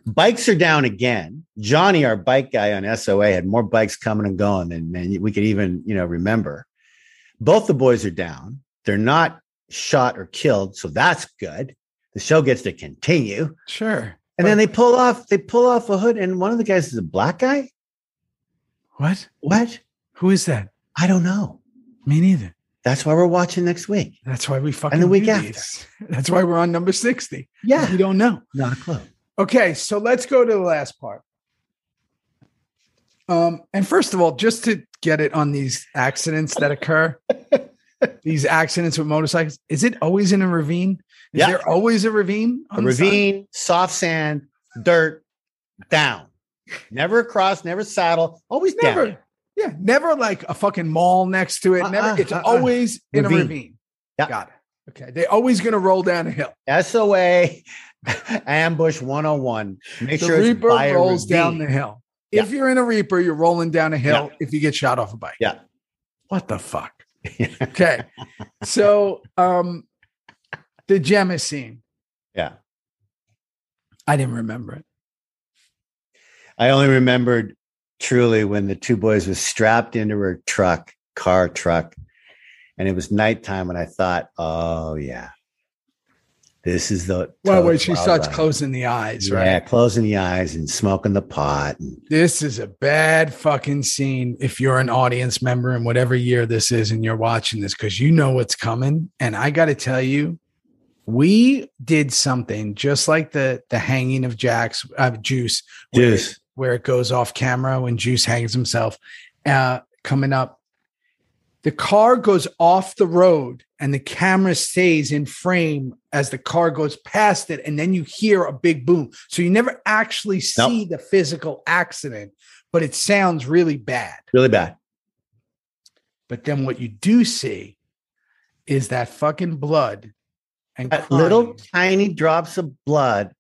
Bikes are down again. Johnny, our bike guy on SOA, had more bikes coming and going than, than we could even, you know, remember. Both the boys are down. They're not shot or killed, so that's good. The show gets to continue. And Sure. then they pull off, they pull off a hood, and one of the guys is a black guy. What? What? Who is that? I don't know. Me neither. That's why we're watching next week. That's why we fucking the week do after. these. That's why we're on number 60. Yeah, We don't know. not a clue. Okay, so let's go to the last part. Um, and first of all, just to get it on these accidents that occur, these accidents with motorcycles, is it always in a ravine? Is Yeah. there always a ravine? A on the side? ravine, soft sand, dirt, down. Never across, never saddle, always Never. down. Yeah, never like a fucking mall next to it. Uh-uh, never. It's uh-uh. always in a Ravine. ravine. Yeah. Got it. Okay. They're always going to roll down a hill. SOA ambush 101. Make the sure it's Reaper by a rolls down ravine. the hill. Yeah. If you're in a Reaper, you're rolling down a hill if you get shot off a bike. Yeah. What the fuck? okay. So um the Gemisine. Yeah. I didn't remember it. I only remembered truly when the two boys was strapped into her truck, car truck, and it was nighttime. And I thought, oh yeah, this is the Well, total when she wild starts ride. closing the eyes, right? yeah, closing the eyes and smoking the pot. And This is a bad fucking scene if you're an audience member in whatever year this is and you're watching this because you know what's coming. And I got to tell you, we did something just like the the hanging of Jack's uh, Juice, where- Juice. where it goes off camera when Juice hangs himself. Uh, coming up, the car goes off the road and the camera stays in frame as the car goes past it, and then you hear a big boom. So you never actually Nope. see the physical accident, but it sounds really bad. really bad. But then what you do see is that fucking blood and That crying. little tiny drops of blood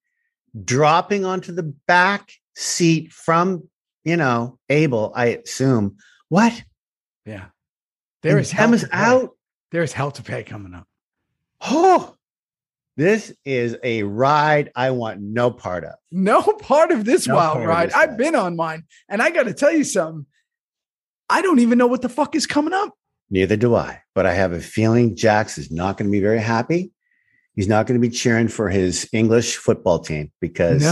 dropping onto the back seat from you know Abel. I assume what Yeah. There And is hell Em is to pay. out. There is hell to pay coming up. Oh, this is a ride I want no part of. No part of this No wild part of ride. this I've ride. been on mine, and I got to tell you something. I don't even know what the fuck is coming up. Neither do I. But I have a feeling Jax is not going to be very happy. He's not going to be cheering for his English football team because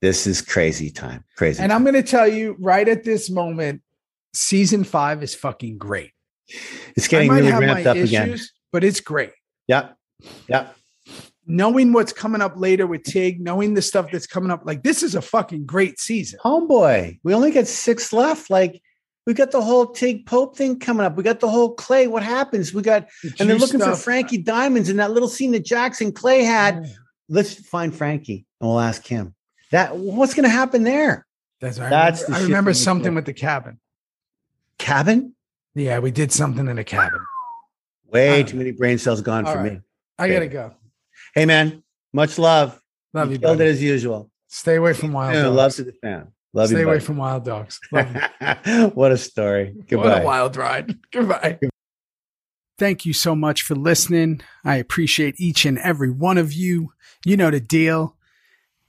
this is crazy time. Crazy. And time. I'm going to tell you right at this moment, season five is fucking great. it's getting I might really have ramped my up issues, again. but it's great. Yep. Yep. Knowing what's coming up later with Tig, knowing the stuff that's coming up, like this is a fucking great season. Homeboy, we only got six left. Like, we got the whole Tig Pope thing coming up. We got the whole Clay. What happens? We got, and they're looking for Frankie Diamonds in that little scene that Jackson Clay had. Mm-hmm. Let's find Frankie and we'll ask him. That what's going to happen there? That's, I That's remember, the I shit remember that was something good. with the cabin. Cabin? Yeah, we did something in a cabin. Way Uh, too many brain cells gone all for right. me. I gotta go. Hey, man, much love. Love you you. killed buddy. it as usual. Stay away from wild Yeah, dogs. love to the fan. Love Stay you. away buddy. from wild dogs. Love you. what a story. What a Goodbye. wild ride. Goodbye. Thank you so much for listening. I appreciate each and every one of you. You know the deal.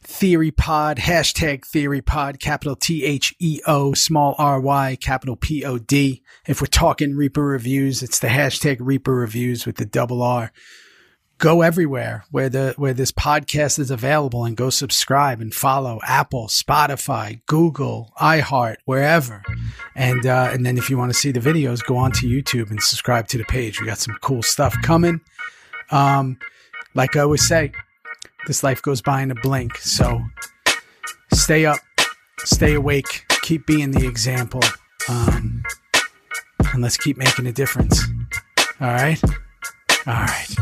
Theory Pod, hashtag Theory Pod, capital T H E O, small R Y, capital P O D. If we're talking Reaper reviews, it's the hashtag Reaper reviews with the double R. Go everywhere where the where this podcast is available and go subscribe and follow Apple, Spotify, Google, iHeart, wherever. And uh, and then if you want to see the videos, go on to YouTube and subscribe to the page. We got some cool stuff coming. Um, like I always say, this life goes by in a blink. So stay up, stay awake, keep being the example, um, and let's keep making a difference. All right, all right.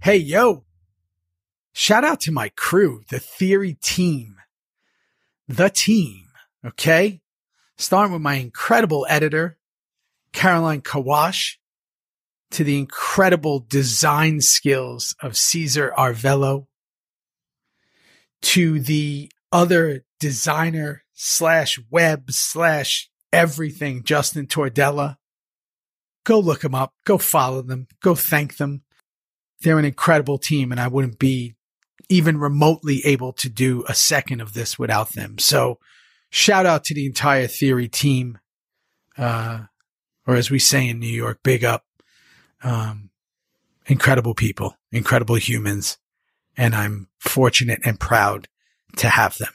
Hey yo! Shout out to my crew, the Theory Team, the team. Okay. Starting with my incredible editor, Caroline Kawash, to the incredible design skills of Caesar Arvello, to the other designer slash web slash everything, Justin Tordella. Go look them up. Go follow them. Go thank them. They're an incredible team, and I wouldn't be even remotely able to do a second of this without them. So, shout out to the entire theory team uh or as we say in new york big up um incredible people incredible humans and i'm fortunate and proud to have them